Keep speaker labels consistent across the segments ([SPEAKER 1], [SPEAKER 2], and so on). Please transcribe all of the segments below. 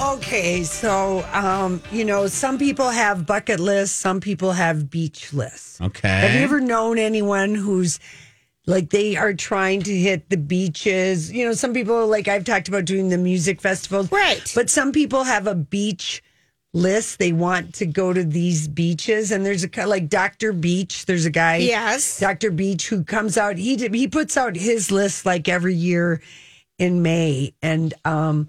[SPEAKER 1] Okay, so um, you know, some people have bucket lists, some people have beach lists.
[SPEAKER 2] Okay.
[SPEAKER 1] Have you ever known anyone who's like they are trying to hit the beaches? You know, some people like I've talked about doing the music festivals.
[SPEAKER 3] Right.
[SPEAKER 1] But some people have a beach list. They want to go to these beaches and there's a co- like Dr. Beach, there's a guy
[SPEAKER 3] Yes.
[SPEAKER 1] Dr. Beach who comes out. He did, he puts out his list like every year in May, and um,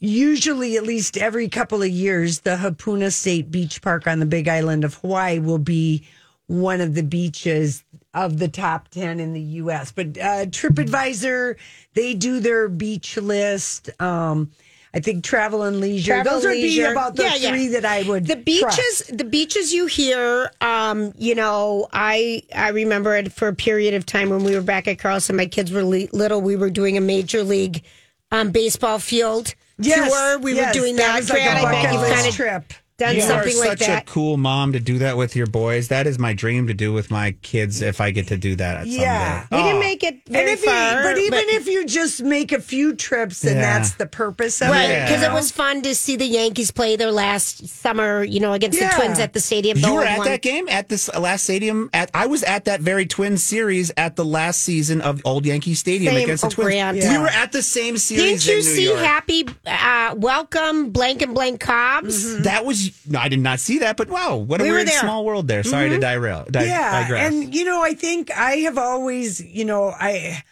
[SPEAKER 1] usually at least every couple of years, the Hapuna State Beach Park on the Big Island of Hawaii will be one of the beaches of the top ten in the U.S. But uh, TripAdvisor, they do their beach list. Um, I think Travel and Leisure.
[SPEAKER 3] Travel
[SPEAKER 1] Those would
[SPEAKER 3] Leisure.
[SPEAKER 1] be about the
[SPEAKER 3] Yeah, yeah.
[SPEAKER 1] three that I would.
[SPEAKER 3] the beaches
[SPEAKER 1] trust.
[SPEAKER 3] the beaches you hear um you know i i remember it for a period of time when we were back at carlson my kids were le- little we were doing a major league um baseball field
[SPEAKER 1] Yes,
[SPEAKER 3] tour we
[SPEAKER 1] yes,
[SPEAKER 3] were doing that,
[SPEAKER 1] was like
[SPEAKER 3] Brad,
[SPEAKER 1] a
[SPEAKER 3] i bet
[SPEAKER 1] bucket
[SPEAKER 3] you've
[SPEAKER 1] list
[SPEAKER 3] kind of
[SPEAKER 1] trip.
[SPEAKER 3] done
[SPEAKER 2] You
[SPEAKER 3] something
[SPEAKER 2] are
[SPEAKER 3] like
[SPEAKER 2] such
[SPEAKER 3] that
[SPEAKER 2] a cool mom to do that with your boys. That is my dream to do with my kids if I get to do that. Someday.
[SPEAKER 1] Yeah.
[SPEAKER 3] we
[SPEAKER 2] Oh,
[SPEAKER 3] didn't make it very
[SPEAKER 1] Ah. and if
[SPEAKER 3] far
[SPEAKER 1] you, but even if you just make a few trips and
[SPEAKER 2] Yeah.
[SPEAKER 1] that's the purpose of
[SPEAKER 3] Right,
[SPEAKER 1] it,
[SPEAKER 3] because
[SPEAKER 1] you
[SPEAKER 3] it
[SPEAKER 1] know?
[SPEAKER 3] was fun to see the Yankees play their last summer, you know, against
[SPEAKER 1] Yeah.
[SPEAKER 3] the Twins at the stadium.
[SPEAKER 2] you
[SPEAKER 3] Though
[SPEAKER 2] were
[SPEAKER 3] it
[SPEAKER 2] at
[SPEAKER 3] won.
[SPEAKER 2] that game at this last stadium. At I was at that very twin series at the last season of Old Yankee Stadium
[SPEAKER 3] Same,
[SPEAKER 2] against the
[SPEAKER 3] oh,
[SPEAKER 2] Twins.
[SPEAKER 3] grand.
[SPEAKER 2] We
[SPEAKER 3] Yeah.
[SPEAKER 2] were at the same series.
[SPEAKER 3] Didn't you
[SPEAKER 2] in New
[SPEAKER 3] see
[SPEAKER 2] York.
[SPEAKER 3] Happy uh, Welcome Blank and Blank
[SPEAKER 1] Mm-hmm.
[SPEAKER 3] Cobbs?
[SPEAKER 2] That was no, I did not see that, but wow, what a
[SPEAKER 3] We were
[SPEAKER 2] weird
[SPEAKER 3] there. Mm-hmm.
[SPEAKER 2] small world there. Sorry to derail. Di-
[SPEAKER 1] yeah,
[SPEAKER 2] digress.
[SPEAKER 1] and you know, I think I have always, you know, I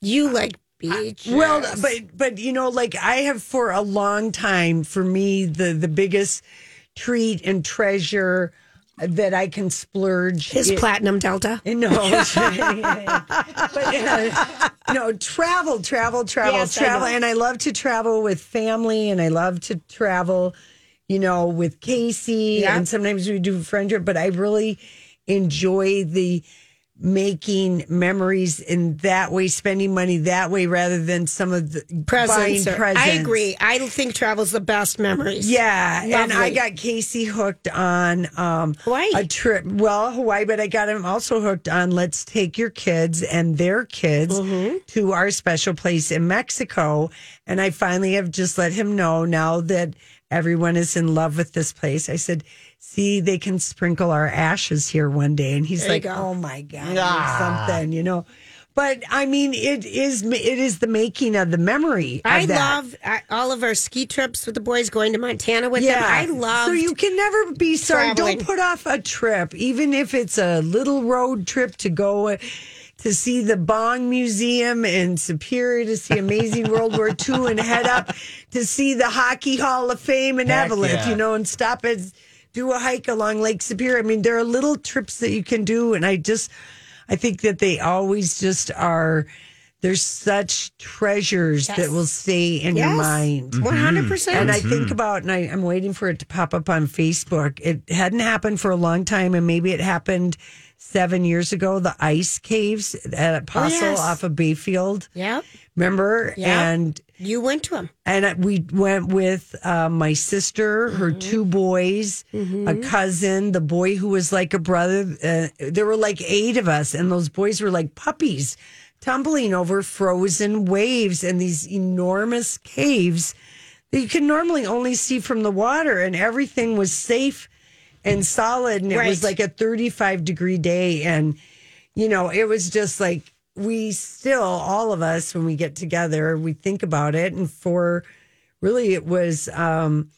[SPEAKER 3] You like beach?
[SPEAKER 1] well, but but you know, like I have for a long time. For me, the the biggest treat and treasure that I can splurge
[SPEAKER 3] his
[SPEAKER 1] i-
[SPEAKER 3] platinum Delta.
[SPEAKER 1] No, but, uh, no, travel, travel, travel,
[SPEAKER 3] Yes, I
[SPEAKER 1] travel.
[SPEAKER 3] know.
[SPEAKER 1] And I love to travel with family and I love to travel, you know, with Casey.
[SPEAKER 3] Yeah.
[SPEAKER 1] And sometimes we do friend trip, but I really enjoy the making memories in that way, spending money that way rather than some of the
[SPEAKER 3] Presents.
[SPEAKER 1] buying
[SPEAKER 3] are-
[SPEAKER 1] presents.
[SPEAKER 3] I agree. I think travel's the best memories.
[SPEAKER 1] Yeah, and I
[SPEAKER 3] Lovely.
[SPEAKER 1] got Casey hooked on um,
[SPEAKER 3] Hawaii.
[SPEAKER 1] a trip. Well, Hawaii, but I got him also hooked on let's take your kids and their kids
[SPEAKER 3] Mm-hmm.
[SPEAKER 1] to our special place in Mexico. And I finally have just let him know now that everyone is in love with this place. I said, "See, they can sprinkle our ashes here one day." And he's
[SPEAKER 3] There you
[SPEAKER 1] like,
[SPEAKER 3] go.
[SPEAKER 1] "Oh my god, or something," you know. But I mean, it is it is the making of the memory. of
[SPEAKER 3] I
[SPEAKER 1] that.
[SPEAKER 3] love uh, all of our ski trips with the boys going to Montana with them. I love.
[SPEAKER 1] So you can never be sorry.
[SPEAKER 3] traveling.
[SPEAKER 1] Don't put off a trip, even if it's a little road trip to go uh, to see the Bong Museum in Superior, to see Amazing World War II, and head up to see the Hockey Hall of Fame in
[SPEAKER 2] Heck
[SPEAKER 1] Evelyn.
[SPEAKER 2] yeah.
[SPEAKER 1] You know, and stop and do a hike along Lake Superior. I mean, there are little trips that you can do, and I just, I think that they always just are. There's such treasures that will stay in your mind.
[SPEAKER 3] Mm-hmm. One hundred
[SPEAKER 1] And I
[SPEAKER 3] percent.
[SPEAKER 1] think about, and I, I'm waiting for it to pop up on Facebook. It hadn't happened for a long time, and maybe it happened seven years ago. The ice caves at Apostle
[SPEAKER 3] Oh, yes.
[SPEAKER 1] off of Bayfield,
[SPEAKER 3] Yep.
[SPEAKER 1] remember?
[SPEAKER 3] Yeah.
[SPEAKER 1] And
[SPEAKER 3] You went to him.
[SPEAKER 1] and I- we went with uh, my sister, her two boys, a cousin, the boy who was like a brother. Uh, there were like eight of us, and those boys were like puppies tumbling over frozen waves and these enormous caves that you can normally only see from the water, and everything was safe and solid. And it was
[SPEAKER 3] Right.
[SPEAKER 1] like a 35 degree day. And, you know, it was just like we still, all of us, when we get together, we think about it. And for really, it was um,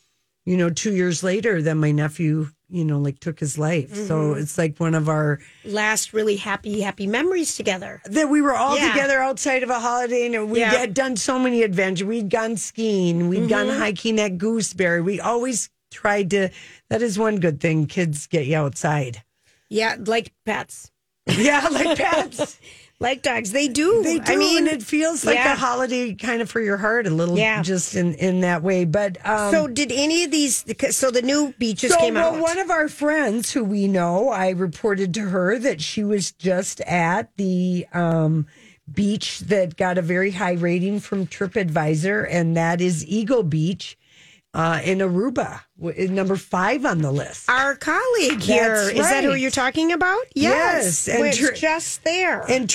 [SPEAKER 1] you know, two years later, then my nephew, you know, like took his life. So
[SPEAKER 3] Mm-hmm.
[SPEAKER 1] it's like one of our
[SPEAKER 3] Last really happy, happy memories together.
[SPEAKER 1] that we were all
[SPEAKER 3] Yeah.
[SPEAKER 1] together outside of a holiday and we
[SPEAKER 3] Yeah.
[SPEAKER 1] had done so many adventures. We'd gone skiing, we had gone
[SPEAKER 3] Mm-hmm.
[SPEAKER 1] hiking at Gooseberry. We always tried to, that is one good thing kids get you outside.
[SPEAKER 3] Yeah, like pets,
[SPEAKER 1] Yeah, like pets.
[SPEAKER 3] like dogs. They do.
[SPEAKER 1] They do,
[SPEAKER 3] I mean,
[SPEAKER 1] and it feels like
[SPEAKER 3] yeah.
[SPEAKER 1] a holiday kind of for your heart a little,
[SPEAKER 3] Yeah.
[SPEAKER 1] just in, in that way. But um,
[SPEAKER 3] so did any of these? So the new beaches
[SPEAKER 1] so,
[SPEAKER 3] came
[SPEAKER 1] well,
[SPEAKER 3] out.
[SPEAKER 1] one of our friends who we know, I reported to her that she was just at the um, beach that got a very high rating from TripAdvisor, and that is Eagle Beach uh, in Aruba, w- is number five on the list.
[SPEAKER 3] Our colleague here is
[SPEAKER 1] That's
[SPEAKER 3] that who
[SPEAKER 1] right.
[SPEAKER 3] you're talking about?
[SPEAKER 1] Yes,
[SPEAKER 3] Yes,
[SPEAKER 1] and
[SPEAKER 3] it's
[SPEAKER 1] tr-
[SPEAKER 3] just there.
[SPEAKER 1] And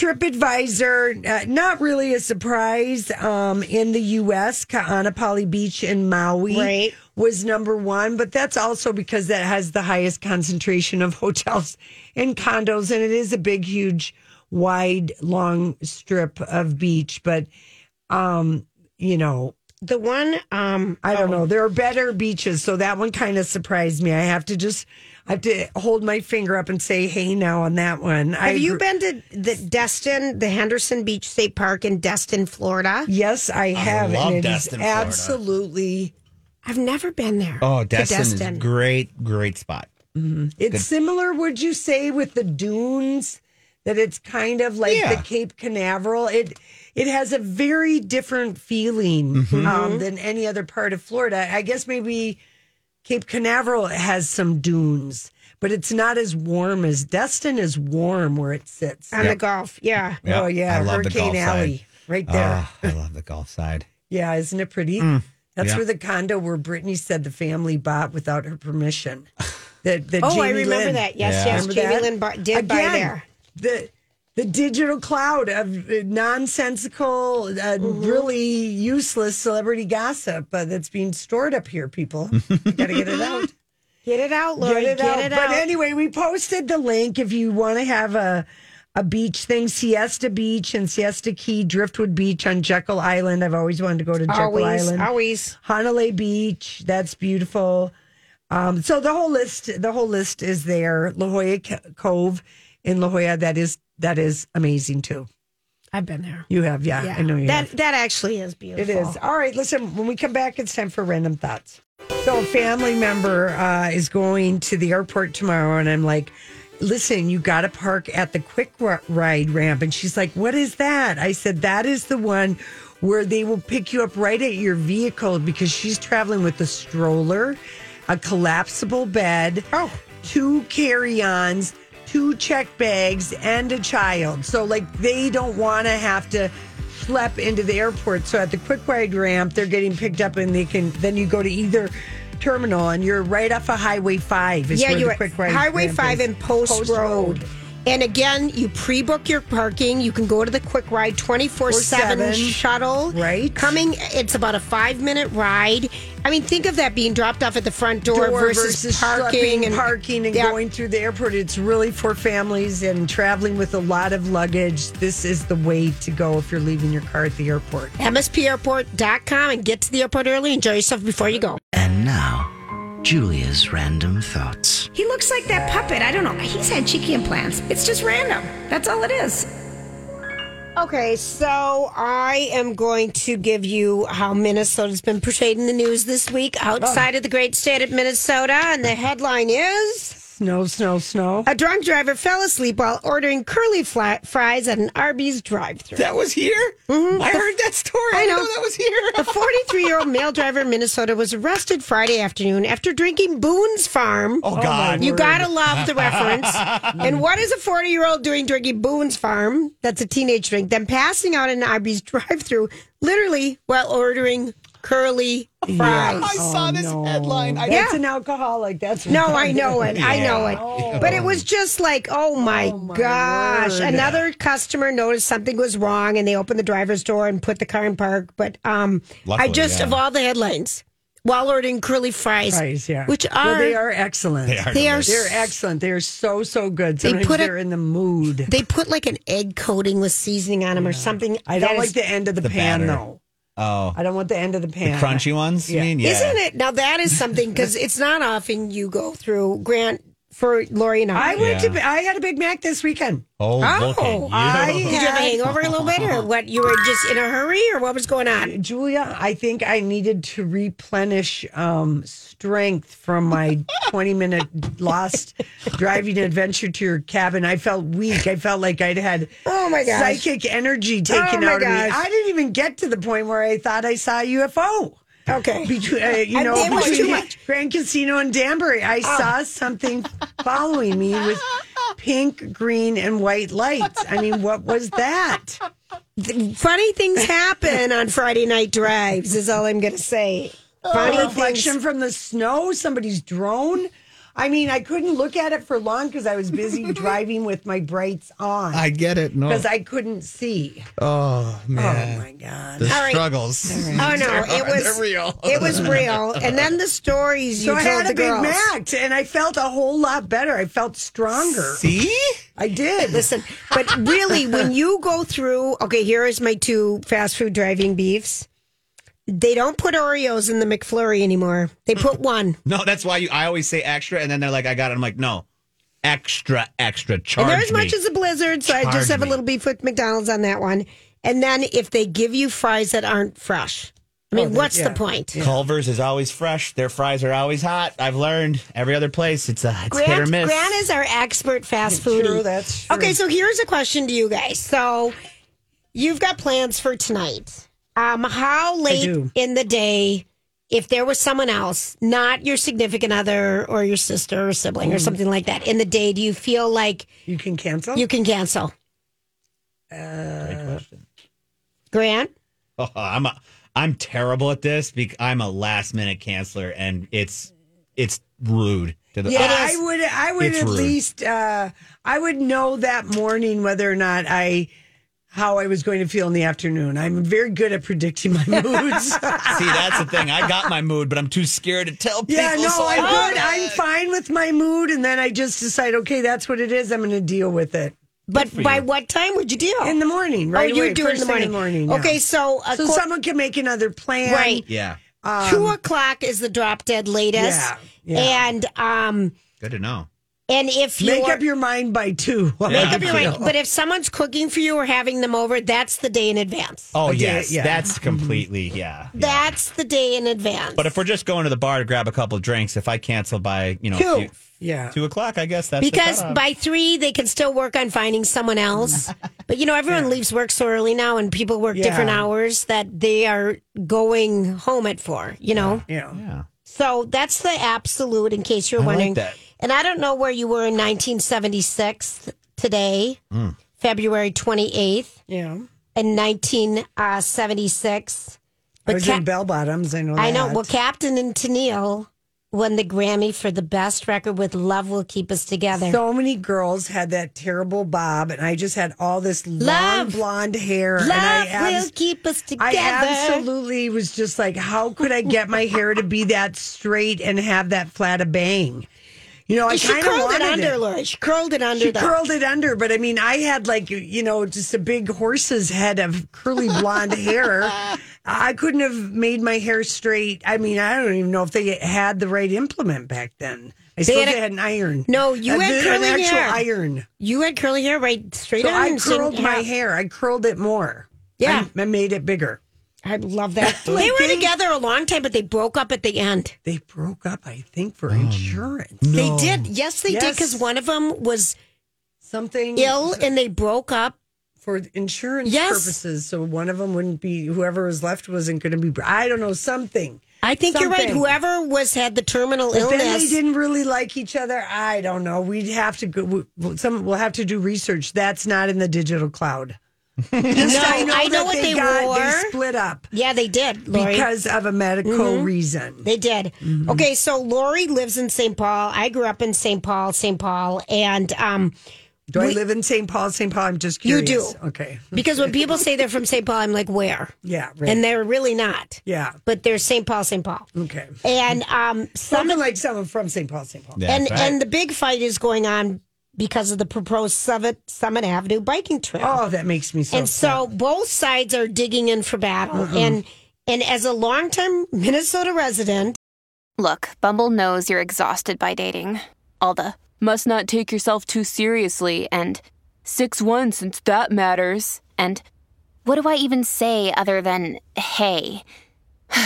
[SPEAKER 1] TripAdvisor, uh, not really a surprise um, in the U.S., Ka'anapali Beach in Maui
[SPEAKER 3] Right.
[SPEAKER 1] was number one, but that's also because that has the highest concentration of hotels and condos, and it is a big, huge, wide, long strip of beach. But, um, you know,
[SPEAKER 3] the one, um,
[SPEAKER 1] I don't know. There are better beaches, so that one kind of surprised me. I have to just, I have to hold my finger up and say, hey, now on that one.
[SPEAKER 3] have you been to the Destin, the Henderson Beach State Park in Destin, Florida?
[SPEAKER 1] Yes, I have.
[SPEAKER 2] love
[SPEAKER 1] and it is
[SPEAKER 2] Destin, Florida.
[SPEAKER 1] absolutely.
[SPEAKER 3] I've never been there.
[SPEAKER 2] Oh,
[SPEAKER 3] To
[SPEAKER 2] Destin, is great, great spot.
[SPEAKER 1] It's similar, would you say, with the dunes? That it's kind of like
[SPEAKER 2] Yeah.
[SPEAKER 1] the Cape Canaveral. It it has a very different feeling
[SPEAKER 2] Mm-hmm.
[SPEAKER 1] um, than any other part of Florida. I guess maybe Cape Canaveral has some dunes, but it's not as warm as Destin is warm where it sits.
[SPEAKER 3] on the Gulf. Yeah.
[SPEAKER 1] Oh yeah,
[SPEAKER 2] I love the
[SPEAKER 1] Hurricane
[SPEAKER 2] Gulf
[SPEAKER 1] Alley,
[SPEAKER 2] side.
[SPEAKER 1] right there.
[SPEAKER 2] Ah, I love the Gulf side.
[SPEAKER 1] Yeah, isn't it pretty? That's
[SPEAKER 2] yeah.
[SPEAKER 1] where the condo where Brittany said the family bought without her permission. That that
[SPEAKER 3] Oh, I
[SPEAKER 1] Jamie
[SPEAKER 3] remember
[SPEAKER 1] Lynn-
[SPEAKER 3] that. Yes,
[SPEAKER 2] Yeah.
[SPEAKER 3] yes.
[SPEAKER 1] Remember
[SPEAKER 3] Jamie
[SPEAKER 1] that?
[SPEAKER 3] Lynn bar- did buy
[SPEAKER 1] Again,
[SPEAKER 3] there.
[SPEAKER 1] The the digital cloud of uh, nonsensical, uh,
[SPEAKER 3] Mm-hmm.
[SPEAKER 1] really useless celebrity gossip uh, that's being stored up here. People, You gotta get it out.
[SPEAKER 3] Get it out, Lori. Get it out.
[SPEAKER 1] But anyway, we posted the link if you want to have a a beach thing, Siesta Beach and Siesta Key, Driftwood Beach on Jekyll Island. I've always wanted to go to Jekyll
[SPEAKER 3] always,
[SPEAKER 1] Island.
[SPEAKER 3] always.
[SPEAKER 1] Hanalei Beach, that's beautiful. Um, so the whole list, the whole list is there. La Jolla C- Cove in La Jolla, that is that is amazing too.
[SPEAKER 3] I've been there.
[SPEAKER 1] You have, yeah, I know you
[SPEAKER 3] that
[SPEAKER 1] have.
[SPEAKER 3] that actually is beautiful.
[SPEAKER 1] It is all right. Listen, when we come back, it's time for random thoughts. So a family member uh, is going to the airport tomorrow, and I'm like. Listen, you got to park at the quick ri- ride ramp. And she's like, What is that? I said, That is the one where they will pick you up right at your vehicle because she's traveling with a stroller, a collapsible bed,
[SPEAKER 3] Oh.
[SPEAKER 1] two carry-ons, two check bags, and a child. So like they don't want to have to schlep into the airport. So at the quick ride ramp, they're getting picked up, and they can then you go to either terminal, and you're right off of Highway Five. Is
[SPEAKER 3] yeah,
[SPEAKER 1] where
[SPEAKER 3] you
[SPEAKER 1] the
[SPEAKER 3] are
[SPEAKER 1] quick ride
[SPEAKER 3] Highway
[SPEAKER 1] ramp
[SPEAKER 3] Five
[SPEAKER 1] is.
[SPEAKER 3] and Post, Road. And again, you pre-book your parking. You can go to the Quick Ride 24/7
[SPEAKER 1] Seven.
[SPEAKER 3] shuttle.
[SPEAKER 1] Right.
[SPEAKER 3] Coming, it's about a 5-minute ride. I mean, think of that being dropped off at the front door,
[SPEAKER 1] Door
[SPEAKER 3] versus, parking
[SPEAKER 1] schlepping,
[SPEAKER 3] and
[SPEAKER 1] parking and
[SPEAKER 3] Yeah.
[SPEAKER 1] going through the airport. It's really for families and traveling with a lot of luggage. This is the way to go if you're leaving your car at the airport.
[SPEAKER 3] MSPairport.com and get to the airport early. Enjoy yourself before you go.
[SPEAKER 4] And now, Julia's random thoughts.
[SPEAKER 5] He looks like that puppet. I don't know. He's had cheeky implants. It's just random. That's all it is.
[SPEAKER 3] Okay, so I am going to give you how Minnesota's been portrayed in the news this week outside of the great state of Minnesota. And the headline is
[SPEAKER 1] Snow, snow, snow.
[SPEAKER 3] A drunk driver fell asleep while ordering curly fla- fries at an Arby's drive thru.
[SPEAKER 2] That was here.
[SPEAKER 3] Mm-hmm.
[SPEAKER 2] I heard that story. I,
[SPEAKER 3] know.
[SPEAKER 2] know. that was here.
[SPEAKER 3] The 43 year old male driver in Minnesota was arrested Friday afternoon after drinking Boone's Farm.
[SPEAKER 2] Oh, God.
[SPEAKER 3] You gotta love the reference. and what is a 40 year old doing drinking Boone's Farm? That's a teenage drink. Then passing out in an Arby's drive through literally while ordering curly fries.
[SPEAKER 2] I saw this headline. I
[SPEAKER 1] That's an alcoholic. That's
[SPEAKER 3] No, I know it. I know
[SPEAKER 2] Oh.
[SPEAKER 3] it. But it was just like, oh my, gosh. Another customer noticed something was wrong and they opened the driver's door and put the car in park. But um, I
[SPEAKER 2] Luckily,
[SPEAKER 3] just,
[SPEAKER 2] yeah.
[SPEAKER 3] of all the headlines, while ordering curly fries,
[SPEAKER 1] fries, yeah.
[SPEAKER 3] which are,
[SPEAKER 1] Well,
[SPEAKER 3] they
[SPEAKER 1] they are excellent. They are.
[SPEAKER 3] They are
[SPEAKER 1] They're excellent. They are so so good.
[SPEAKER 3] They
[SPEAKER 1] Sometimes
[SPEAKER 3] put a-
[SPEAKER 1] they're in the mood.
[SPEAKER 3] They put like an egg coating with seasoning on them or something.
[SPEAKER 1] I don't
[SPEAKER 3] That
[SPEAKER 1] like
[SPEAKER 3] is-
[SPEAKER 1] the end of the, pan
[SPEAKER 2] batter.
[SPEAKER 1] though. Oh. I don't want the end of the pan.
[SPEAKER 2] Crunchy ones? You
[SPEAKER 1] Yeah.
[SPEAKER 2] mean? Yeah.
[SPEAKER 3] Isn't it? Now that is something because it's not often you go through Grant for Lori and I.
[SPEAKER 1] I went
[SPEAKER 2] Yeah.
[SPEAKER 1] to. I had a Big Mac this weekend.
[SPEAKER 2] Oh, look at
[SPEAKER 3] Oh,
[SPEAKER 2] you.
[SPEAKER 1] I
[SPEAKER 3] Did you have a hangover a little bit, or what? You were just in a hurry, or what was going on?
[SPEAKER 1] Julia, I think I needed to replenish um, strength from my 20 minute lost driving adventure to your cabin. I felt weak. I felt like I'd had
[SPEAKER 3] Oh, my gosh.
[SPEAKER 1] psychic energy taken
[SPEAKER 3] Oh, my
[SPEAKER 1] out of me.
[SPEAKER 3] gosh.
[SPEAKER 1] I didn't even get to the point where I thought I saw a UFO.
[SPEAKER 3] Okay.
[SPEAKER 1] Between, uh, you
[SPEAKER 3] I-
[SPEAKER 1] know,
[SPEAKER 3] it was too
[SPEAKER 1] between
[SPEAKER 3] much. Oh.
[SPEAKER 1] Grand Casino and Danbury, I saw something following me with pink, green, and white lights. I mean, what was that?
[SPEAKER 3] Funny things happen on Friday night drives. Is all I'm going to say.
[SPEAKER 1] A
[SPEAKER 3] Funny
[SPEAKER 1] reflection from Oh, the snow, somebody's drone. I mean, I couldn't look at it for long because I was busy driving with my brights on
[SPEAKER 2] I get it. No.
[SPEAKER 1] because I couldn't see.
[SPEAKER 2] oh, man.
[SPEAKER 1] Oh my god!
[SPEAKER 2] the
[SPEAKER 3] All right.
[SPEAKER 2] struggles.
[SPEAKER 3] Oh no, it was real. It was real. And then the stories you
[SPEAKER 1] So I
[SPEAKER 3] told
[SPEAKER 1] had
[SPEAKER 3] the
[SPEAKER 1] a big
[SPEAKER 3] girls.
[SPEAKER 1] Mac, and I felt a whole lot better. I felt stronger.
[SPEAKER 2] See?
[SPEAKER 1] I did.
[SPEAKER 3] Listen, but really, when you go through, okay, here is my two fast food driving beefs. They don't put Oreos in the McFlurry anymore. They put one,
[SPEAKER 2] No, that's why you, I always say extra, and then they're like, I got it. I'm like, no, extra, extra, charge
[SPEAKER 3] and they're as
[SPEAKER 2] me.
[SPEAKER 3] much as a blizzard. So I
[SPEAKER 2] Charge
[SPEAKER 3] just have
[SPEAKER 2] me.
[SPEAKER 3] a little beef with McDonald's on that one. And then if they give you fries that aren't fresh,
[SPEAKER 1] Oh,
[SPEAKER 3] I mean, what's the point?
[SPEAKER 2] Culver's is always fresh. Their fries are always hot. I've learned every other place, it's, uh, it's hit or
[SPEAKER 3] Grant,
[SPEAKER 2] miss.
[SPEAKER 3] Grant is our expert fast food.
[SPEAKER 1] True, that's true.
[SPEAKER 3] Okay, so here's a question to you guys. So you've got plans for tonight. Um, how late
[SPEAKER 1] do.
[SPEAKER 3] in the day, if there was someone else, not your significant other or your sister or sibling
[SPEAKER 1] Mm.
[SPEAKER 3] or something like that, in the day, do you feel like
[SPEAKER 1] You can cancel.
[SPEAKER 3] you can cancel?
[SPEAKER 2] Great question.
[SPEAKER 3] Grant?
[SPEAKER 2] Oh, I'm a, I'm terrible at this because I'm a last minute canceler, and it's it's rude. To the,
[SPEAKER 1] Yeah,
[SPEAKER 2] It
[SPEAKER 1] I
[SPEAKER 2] is.
[SPEAKER 1] would. I would
[SPEAKER 2] It's
[SPEAKER 1] at
[SPEAKER 2] rude.
[SPEAKER 1] least. Uh, I would know that morning whether or not I how I was going to feel in the afternoon. I'm very good at predicting my moods.
[SPEAKER 2] See, that's the thing. I got my mood, but I'm too scared to tell people.
[SPEAKER 1] yeah, no,
[SPEAKER 2] so
[SPEAKER 1] I'm
[SPEAKER 2] I-
[SPEAKER 1] good. I'm fine with my mood, and then I just decide, okay, that's what it is. I'm going to deal with it
[SPEAKER 3] But by what time would you deal?
[SPEAKER 1] in the morning. Right
[SPEAKER 3] oh, you
[SPEAKER 1] away,
[SPEAKER 3] do it in
[SPEAKER 1] first
[SPEAKER 3] the
[SPEAKER 1] thing
[SPEAKER 3] morning.
[SPEAKER 1] yeah.
[SPEAKER 3] Okay, so, uh, um, a
[SPEAKER 1] so
[SPEAKER 3] quar-
[SPEAKER 1] someone can make another plan.
[SPEAKER 3] Right.
[SPEAKER 2] Yeah,
[SPEAKER 3] two o'clock is the drop dead latest.
[SPEAKER 1] Yeah, yeah.
[SPEAKER 3] And um,
[SPEAKER 2] good to know.
[SPEAKER 3] and if you
[SPEAKER 1] Make up your mind by two.
[SPEAKER 2] Make
[SPEAKER 3] Make up your mind. But if someone's cooking for you or having them over, that's the day in advance.
[SPEAKER 2] Oh
[SPEAKER 1] Okay,
[SPEAKER 2] yes,
[SPEAKER 1] yeah. Mm-hmm.
[SPEAKER 2] that's completely yeah. yeah.
[SPEAKER 3] That's the day in advance.
[SPEAKER 2] But if we're just going to the bar to grab a couple of drinks, if I cancel by you know
[SPEAKER 3] Two.
[SPEAKER 2] few-
[SPEAKER 1] Yeah.
[SPEAKER 2] two o'clock, I guess that's the
[SPEAKER 3] because
[SPEAKER 2] cutoff.
[SPEAKER 3] by three they can still work on finding someone else. but you know, everyone leaves work so early now, and people work
[SPEAKER 1] Yeah.
[SPEAKER 3] different hours that they are going home at four. You know,
[SPEAKER 1] Yeah.
[SPEAKER 2] yeah.
[SPEAKER 3] so that's the absolute. In case you're
[SPEAKER 2] I like
[SPEAKER 3] wondering,
[SPEAKER 2] that.
[SPEAKER 3] and I don't know where you were in 1976 today,
[SPEAKER 2] Hmm.
[SPEAKER 3] February 28th,
[SPEAKER 1] Yeah.
[SPEAKER 3] in 1976.
[SPEAKER 1] I was
[SPEAKER 3] Ca-
[SPEAKER 1] in bell bottoms. I know.
[SPEAKER 3] I know.
[SPEAKER 1] that.
[SPEAKER 3] Well, Captain and Tennille won the Grammy for the best record with "Love Will Keep Us Together."
[SPEAKER 1] So many girls had that terrible bob, and I just had all this long
[SPEAKER 3] Love.
[SPEAKER 1] blonde hair. and I
[SPEAKER 3] Love
[SPEAKER 1] abs-
[SPEAKER 3] will keep us together.
[SPEAKER 1] I absolutely was just like, how could I get my hair to be that straight and have that flat a bang? You know, I
[SPEAKER 3] she
[SPEAKER 1] kind of
[SPEAKER 3] curled it
[SPEAKER 1] wanted
[SPEAKER 3] under,
[SPEAKER 1] it.
[SPEAKER 3] Lori. She curled it under.
[SPEAKER 1] She
[SPEAKER 3] though.
[SPEAKER 1] curled it under, but I mean, I had like you know just a big horse's head of curly blonde hair. I couldn't have made my hair straight. I mean, I don't even know if they had the right implement back then. I suppose
[SPEAKER 3] had a-
[SPEAKER 1] they had an iron.
[SPEAKER 3] No, you had
[SPEAKER 1] an
[SPEAKER 3] curly
[SPEAKER 1] actual
[SPEAKER 3] hair.
[SPEAKER 1] iron.
[SPEAKER 3] You had curly hair, right? Straight
[SPEAKER 1] So
[SPEAKER 3] on.
[SPEAKER 1] I
[SPEAKER 3] and didn't
[SPEAKER 1] curled my
[SPEAKER 3] have-
[SPEAKER 1] hair. I curled it more.
[SPEAKER 3] Yeah.
[SPEAKER 1] I, I made it bigger.
[SPEAKER 3] I love that. they were together a long time, but they broke up at the end.
[SPEAKER 1] They broke up, I think, for insurance.
[SPEAKER 3] They did. Yes, they did.
[SPEAKER 1] Yes.
[SPEAKER 3] Because one of them was
[SPEAKER 1] Something
[SPEAKER 3] ill, and they broke up.
[SPEAKER 1] for insurance
[SPEAKER 3] Yes.
[SPEAKER 1] purposes. So one of them wouldn't be, whoever was left wasn't going to be, I don't know, something.
[SPEAKER 3] I think you're right.
[SPEAKER 1] Something.
[SPEAKER 3] Whoever was had the terminal
[SPEAKER 1] But
[SPEAKER 3] illness.
[SPEAKER 1] then they didn't really like each other. I don't know. We'd have to go. we- We'll, some we'll have to do research. That's not in the digital cloud. Just
[SPEAKER 3] No, I know
[SPEAKER 1] that
[SPEAKER 3] what they
[SPEAKER 1] They
[SPEAKER 3] wore.
[SPEAKER 1] split up
[SPEAKER 3] Yeah, they did. Lori.
[SPEAKER 1] because Mm-hmm. of a medical reason.
[SPEAKER 3] They did. Okay, so Lori lives in St. Paul. I grew up in St. Paul, St. Paul, and um,
[SPEAKER 1] Do I live in St. Paul? St. Paul. I'm just
[SPEAKER 3] You
[SPEAKER 1] curious.
[SPEAKER 3] do.
[SPEAKER 1] Okay.
[SPEAKER 3] because when people say they're from St. Paul, I'm like, where?
[SPEAKER 1] Yeah. Right.
[SPEAKER 3] And they're really not,
[SPEAKER 1] yeah.
[SPEAKER 3] but they're St. Paul, St. Paul,
[SPEAKER 1] Okay.
[SPEAKER 3] and um, some
[SPEAKER 1] Sounded like someone from St. Paul. St. Paul.
[SPEAKER 2] That's
[SPEAKER 3] and
[SPEAKER 2] right.
[SPEAKER 3] and the big fight is going on because of the proposed Summit Summit Avenue biking trail.
[SPEAKER 1] Oh, that Oh, makes me so.
[SPEAKER 3] and so both sides are digging in for battle and And as a longtime Minnesota resident,
[SPEAKER 6] Look, Bumble knows you're exhausted by dating. All the must not take yourself too seriously and 6 1 since that matters. And what do I even say other than hey?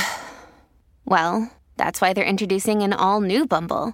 [SPEAKER 6] well, that's why they're introducing an all new Bumble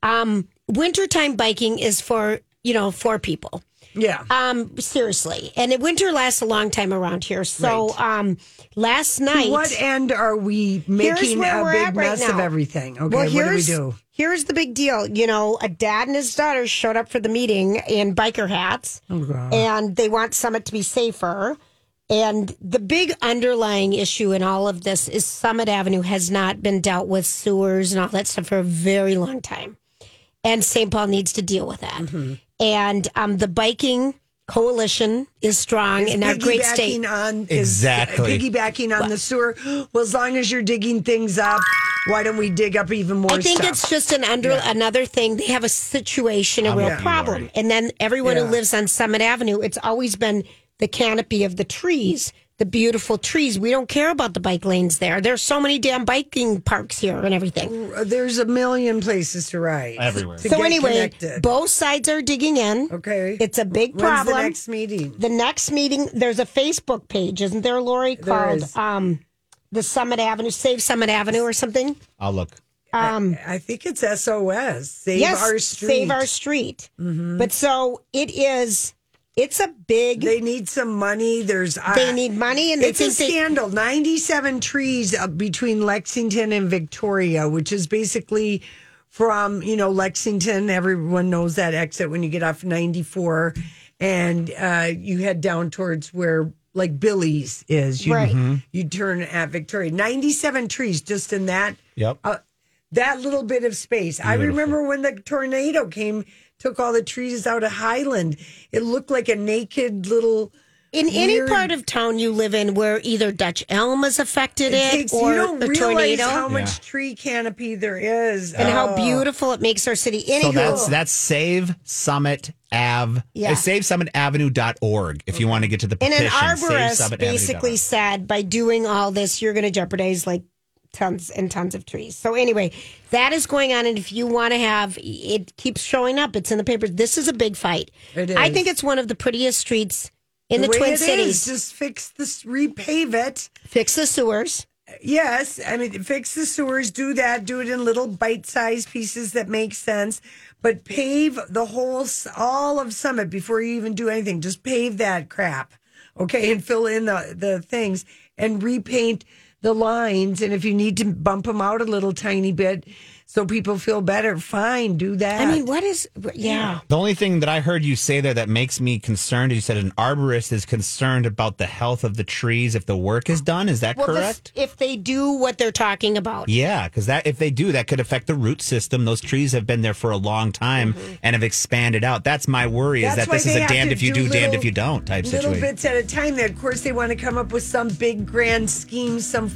[SPEAKER 3] um, wintertime biking is for, you know, for people.
[SPEAKER 1] Yeah.
[SPEAKER 3] Um, seriously. And it- winter lasts a long time around here. So um, last night.
[SPEAKER 1] What end are we making
[SPEAKER 3] where
[SPEAKER 1] a
[SPEAKER 3] we're
[SPEAKER 1] big
[SPEAKER 3] at right
[SPEAKER 1] mess of
[SPEAKER 3] now.
[SPEAKER 1] everything? Okay,
[SPEAKER 3] well,
[SPEAKER 1] what do we
[SPEAKER 3] here's,
[SPEAKER 1] do?
[SPEAKER 3] Here's the big deal. You know, a dad and his daughter showed up for the meeting in biker hats,
[SPEAKER 1] Oh,
[SPEAKER 3] and they want Summit to be safer. And the big underlying issue in all of this is Summit Avenue has not been dealt with sewers and all that stuff for a very long time. And St. Paul needs to deal with that.
[SPEAKER 1] Mm-hmm.
[SPEAKER 3] And um, the biking coalition is strong in our great state.
[SPEAKER 1] Piggybacking On, is uh,
[SPEAKER 2] Exactly.
[SPEAKER 1] Piggybacking on the sewer. Well, as long as you're digging things up, why don't we dig up even more
[SPEAKER 3] I think
[SPEAKER 1] stuff?
[SPEAKER 3] it's just an under another thing. They have a situation, a
[SPEAKER 2] I'm
[SPEAKER 3] real
[SPEAKER 2] with you,
[SPEAKER 3] problem,
[SPEAKER 2] Lori.
[SPEAKER 3] and then everyone
[SPEAKER 1] Yeah.
[SPEAKER 3] who lives on Summit Avenue, it's always been the canopy of the trees, the beautiful trees. We don't care about the bike lanes there. There's so many damn biking parks here and everything.
[SPEAKER 1] Uh, There's a million places to ride.
[SPEAKER 2] Everywhere.
[SPEAKER 1] Mm. To
[SPEAKER 3] so
[SPEAKER 1] get
[SPEAKER 3] anyway,
[SPEAKER 1] connected.
[SPEAKER 3] both sides are digging in.
[SPEAKER 1] Okay.
[SPEAKER 3] it's a big
[SPEAKER 1] When's
[SPEAKER 3] problem.
[SPEAKER 1] the next meeting?
[SPEAKER 3] The next meeting, there's a Facebook page, isn't there, Lori?
[SPEAKER 1] There
[SPEAKER 3] Called
[SPEAKER 1] is.
[SPEAKER 3] um, the Summit Avenue, Save Summit Avenue, or something.
[SPEAKER 2] I'll look.
[SPEAKER 3] Um,
[SPEAKER 1] I think it's SOS. Save
[SPEAKER 3] yes,
[SPEAKER 1] our street. Mm-hmm.
[SPEAKER 3] Save our street. But so it is. It's a big. They,
[SPEAKER 1] They need some money. There's uh,
[SPEAKER 3] need money, and they
[SPEAKER 1] It's a
[SPEAKER 3] think they,
[SPEAKER 1] scandal. 97 trees uh, between Lexington and Victoria, which is basically from, you know, Lexington. Everyone knows that exit when you get off 94 and uh, you head down towards where like Billy's is. You,
[SPEAKER 3] Right.
[SPEAKER 1] you turn at Victoria. 97 trees just in that
[SPEAKER 2] Yep.
[SPEAKER 1] Oh, that little bit of space. I remember when the tornado came, took all the trees out of Highland. It looked like a naked little
[SPEAKER 3] in any
[SPEAKER 1] weird-
[SPEAKER 3] part of town you live in where either Dutch elm has affected it,
[SPEAKER 1] takes-
[SPEAKER 3] or
[SPEAKER 1] you don't
[SPEAKER 3] a
[SPEAKER 1] realize
[SPEAKER 3] tornado,
[SPEAKER 1] how much
[SPEAKER 2] Yeah.
[SPEAKER 1] tree canopy there is
[SPEAKER 3] and how
[SPEAKER 1] Oh.
[SPEAKER 3] beautiful it makes our city.
[SPEAKER 2] So
[SPEAKER 3] Anywho,
[SPEAKER 2] that's that's Save Summit Ave.
[SPEAKER 3] Yeah.
[SPEAKER 2] Yeah. Save Summit Avenue.org if you want to get to the
[SPEAKER 3] and
[SPEAKER 2] petition.
[SPEAKER 3] an
[SPEAKER 2] Save
[SPEAKER 3] arborist
[SPEAKER 2] Summit
[SPEAKER 3] basically
[SPEAKER 2] Avenue.org.
[SPEAKER 3] said by doing all this, you're going to jeopardize like tons and tons of trees. So anyway, that is going on, and if you want to have, it keeps showing up. It's in the papers. This is a big fight.
[SPEAKER 1] It
[SPEAKER 3] I
[SPEAKER 1] is.
[SPEAKER 3] think it's one of the prettiest streets in the,
[SPEAKER 1] way
[SPEAKER 3] Twin
[SPEAKER 1] it
[SPEAKER 3] Cities.
[SPEAKER 1] is, just fix this, repave it.
[SPEAKER 3] Fix the sewers.
[SPEAKER 1] Yes, I mean fix the sewers. Do that. Do it in little bite-sized pieces that make sense. But pave the whole, s- all of Summit before you even do anything. Just pave that crap, okay, and fill in the the things and repaint the lines. And if you need to bump them out a little tiny bit so people feel better, fine, do that.
[SPEAKER 3] I mean, what is? Yeah,
[SPEAKER 2] The only thing that I heard you say there that makes me concerned is you said an arborist is concerned about the health of the trees if the work is done. Is that
[SPEAKER 3] Well, this-
[SPEAKER 2] correct?
[SPEAKER 3] if they do what they're talking about,
[SPEAKER 2] Yeah, because that if they do, that could affect the root system. Those trees have been there for a long time and have expanded out. That's my worry
[SPEAKER 1] Mm-hmm. That's
[SPEAKER 2] is that
[SPEAKER 1] why
[SPEAKER 2] this is
[SPEAKER 1] they
[SPEAKER 2] a
[SPEAKER 1] have to
[SPEAKER 2] damned if you
[SPEAKER 1] do
[SPEAKER 2] do, damned
[SPEAKER 1] little-
[SPEAKER 2] if you don't type
[SPEAKER 1] little
[SPEAKER 2] situation.
[SPEAKER 1] bits at a time. That, of course, they want to come up with some big grand scheme, some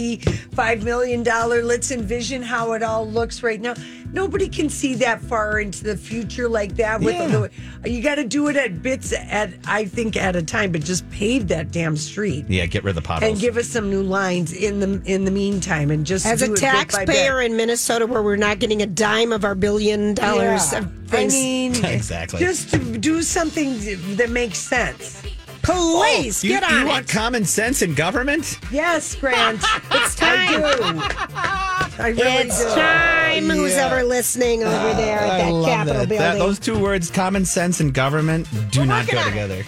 [SPEAKER 1] fifty-five million dollar. Let's envision how it all looks right now. Nobody can see that far into the future like that. With the, you got to do it at bits at I think at a time, but just pave that damn street
[SPEAKER 2] yeah, get rid of the potholes.
[SPEAKER 1] and give us some new lines in the in the meantime, and just
[SPEAKER 3] As
[SPEAKER 1] do
[SPEAKER 3] a
[SPEAKER 1] it bit by bit.
[SPEAKER 3] taxpayer in Minnesota, where we're not getting a dime of our billion dollars
[SPEAKER 1] Yeah.
[SPEAKER 3] of things,
[SPEAKER 1] I mean,
[SPEAKER 2] Exactly.
[SPEAKER 1] Just to do something that makes sense.
[SPEAKER 3] please
[SPEAKER 2] Oh, you,
[SPEAKER 3] get on
[SPEAKER 2] you
[SPEAKER 3] it.
[SPEAKER 2] want common sense in government?
[SPEAKER 1] Yes, Grant. it's time. I do. I really
[SPEAKER 3] It's
[SPEAKER 1] do.
[SPEAKER 3] time. Who's ever listening
[SPEAKER 2] Ah,
[SPEAKER 3] over there at that Capitol building?
[SPEAKER 2] those two words, common sense and government, do not go together.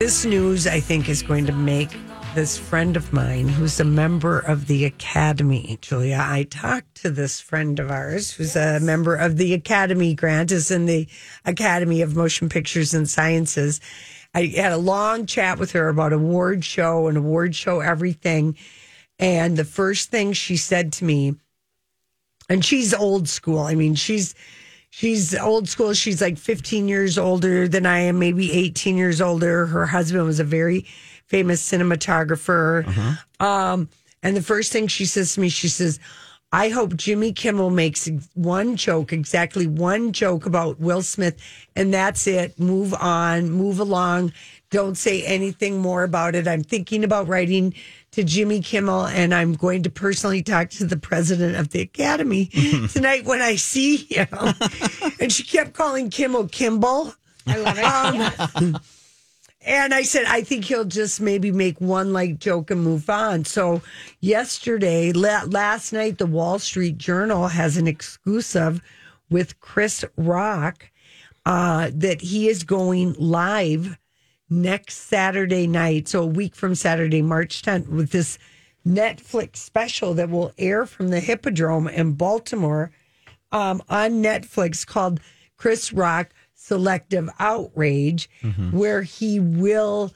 [SPEAKER 1] This news, I think, is going to make this friend of mine who's a member of the academy. Julia, I talked to this friend of ours who's a member of the academy. Grant is in the Academy of Motion Pictures and Sciences. I had a long chat with her about award show and award show everything. And the first thing she said to me, and she's old school. I mean, she's she's old school. She's like 15 years older than I am, maybe 18 years older. Her husband was a very famous cinematographer. Um, and the first thing she says to me, she says, I hope Jimmy Kimmel makes one joke, exactly one joke about Will Smith, and that's it. Move on, move along. Don't say anything more about it. I'm thinking about writing to Jimmy Kimmel, and I'm going to personally talk to the president of the Academy tonight when I see him. and she kept calling Kimmel Kimball. Um, I love it. And I said, I think he'll just maybe make one like joke and move on. So, yesterday, la- last night, the Wall Street Journal has an exclusive with Chris Rock uh, that he is going live next Saturday night. So, a week from Saturday, March 10th, with this Netflix special that will air from the Hippodrome in Baltimore um, on Netflix called Chris Rock Selective Outrage,
[SPEAKER 2] Mm-hmm.
[SPEAKER 1] where he will,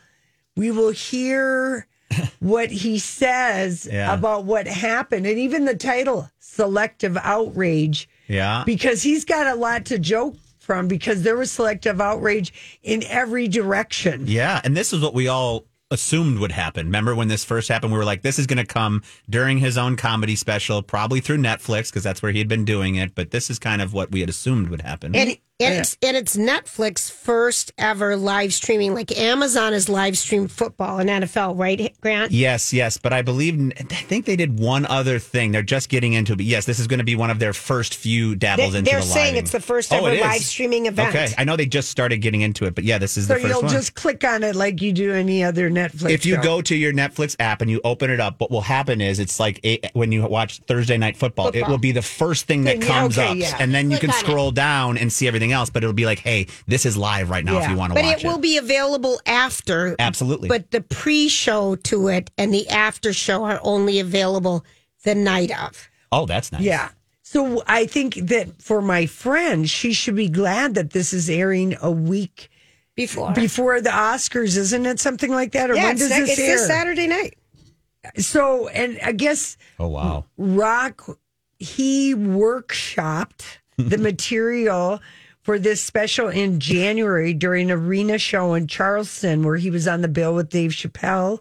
[SPEAKER 1] we will hear what he says
[SPEAKER 2] Yeah.
[SPEAKER 1] about what happened. And even the title, Selective Outrage,
[SPEAKER 2] Yeah.
[SPEAKER 1] because he's got a lot to joke from because there was selective outrage in every direction.
[SPEAKER 2] Yeah, and this is what we all assumed would happen. Remember when this first happened? We were like, this is going to come during his own comedy special, probably through Netflix, because that's where he had been doing it. But this is kind of what we had assumed would happen.
[SPEAKER 3] And, and, it's, and it's Netflix first ever live streaming. Like Amazon is live streamed football and NFL, right, Grant?
[SPEAKER 2] yes, yes. But I believe, I think they did one other thing. They're just getting into it. But yes, this is going to be one of their first few dabbles
[SPEAKER 3] They-
[SPEAKER 2] into
[SPEAKER 3] they're
[SPEAKER 2] the
[SPEAKER 3] saying
[SPEAKER 2] living.
[SPEAKER 3] it's the first
[SPEAKER 2] Oh,
[SPEAKER 3] ever
[SPEAKER 2] it is?
[SPEAKER 3] live streaming event.
[SPEAKER 2] Okay. I know they just started getting into it, but yeah, this is
[SPEAKER 1] So
[SPEAKER 2] the first
[SPEAKER 1] you'll
[SPEAKER 2] one.
[SPEAKER 1] just click on it like you do any other Netflix.
[SPEAKER 2] if you
[SPEAKER 1] show.
[SPEAKER 2] go to your Netflix app and you open it up, what will happen is it's like eight, when you watch Thursday Night Football, it will be the first thing that
[SPEAKER 1] Thing, yeah,
[SPEAKER 2] comes
[SPEAKER 1] okay,
[SPEAKER 2] up,
[SPEAKER 1] yeah.
[SPEAKER 2] and then you
[SPEAKER 3] Click
[SPEAKER 2] can
[SPEAKER 3] on it.
[SPEAKER 2] scroll down and see everything else. But it'll be like, hey, this is live right now if
[SPEAKER 1] Yeah.
[SPEAKER 2] you want to
[SPEAKER 3] But
[SPEAKER 2] watch
[SPEAKER 3] it will be available after.
[SPEAKER 2] Absolutely.
[SPEAKER 3] But the pre show to it and the after show are only available the night of.
[SPEAKER 2] oh, that's nice.
[SPEAKER 1] yeah. So I think that for my friend, she should be glad that this is airing a week
[SPEAKER 3] Before.
[SPEAKER 1] before the Oscars, isn't it? Something like that. Or
[SPEAKER 3] yeah,
[SPEAKER 1] when
[SPEAKER 3] it's,
[SPEAKER 1] does
[SPEAKER 3] ne-
[SPEAKER 1] this
[SPEAKER 3] it's
[SPEAKER 1] air?
[SPEAKER 3] this Saturday night.
[SPEAKER 1] So, and I guess
[SPEAKER 2] Oh wow.
[SPEAKER 1] Rock, he workshopped the material for this special in January during an arena show in Charleston where he was on the bill with Dave Chappelle.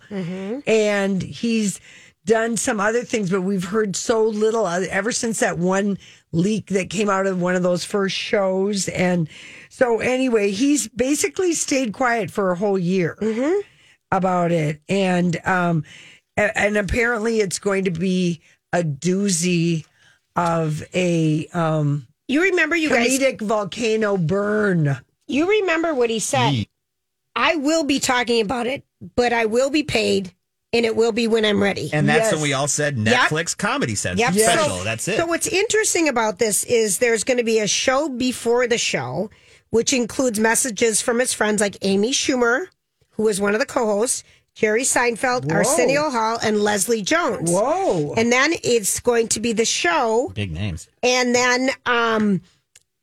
[SPEAKER 1] And he's done some other things, but we've heard so little uh, ever since that one leak that came out of one of those first shows. And so, anyway, he's basically stayed quiet for a whole year about it and um a- and apparently it's going to be a doozy of a um
[SPEAKER 3] You remember you guys
[SPEAKER 1] comedic volcano burn
[SPEAKER 3] You remember what he said. I will be talking about it, but I will be paid and it will be when I'm ready.
[SPEAKER 2] And that's
[SPEAKER 1] Yes.
[SPEAKER 2] when we all said
[SPEAKER 3] Yep.
[SPEAKER 2] Netflix comedy sense
[SPEAKER 3] Yep.
[SPEAKER 2] special.
[SPEAKER 3] So-
[SPEAKER 2] that's it.
[SPEAKER 3] So what's interesting about this is there's going to be a show before the show, which includes messages from his friends like Amy Schumer, who was one of the co-hosts, Jerry Seinfeld, Arsenio Hall, and Leslie Jones.
[SPEAKER 1] whoa
[SPEAKER 3] And then it's going to be the show
[SPEAKER 2] Big names.
[SPEAKER 3] and then um,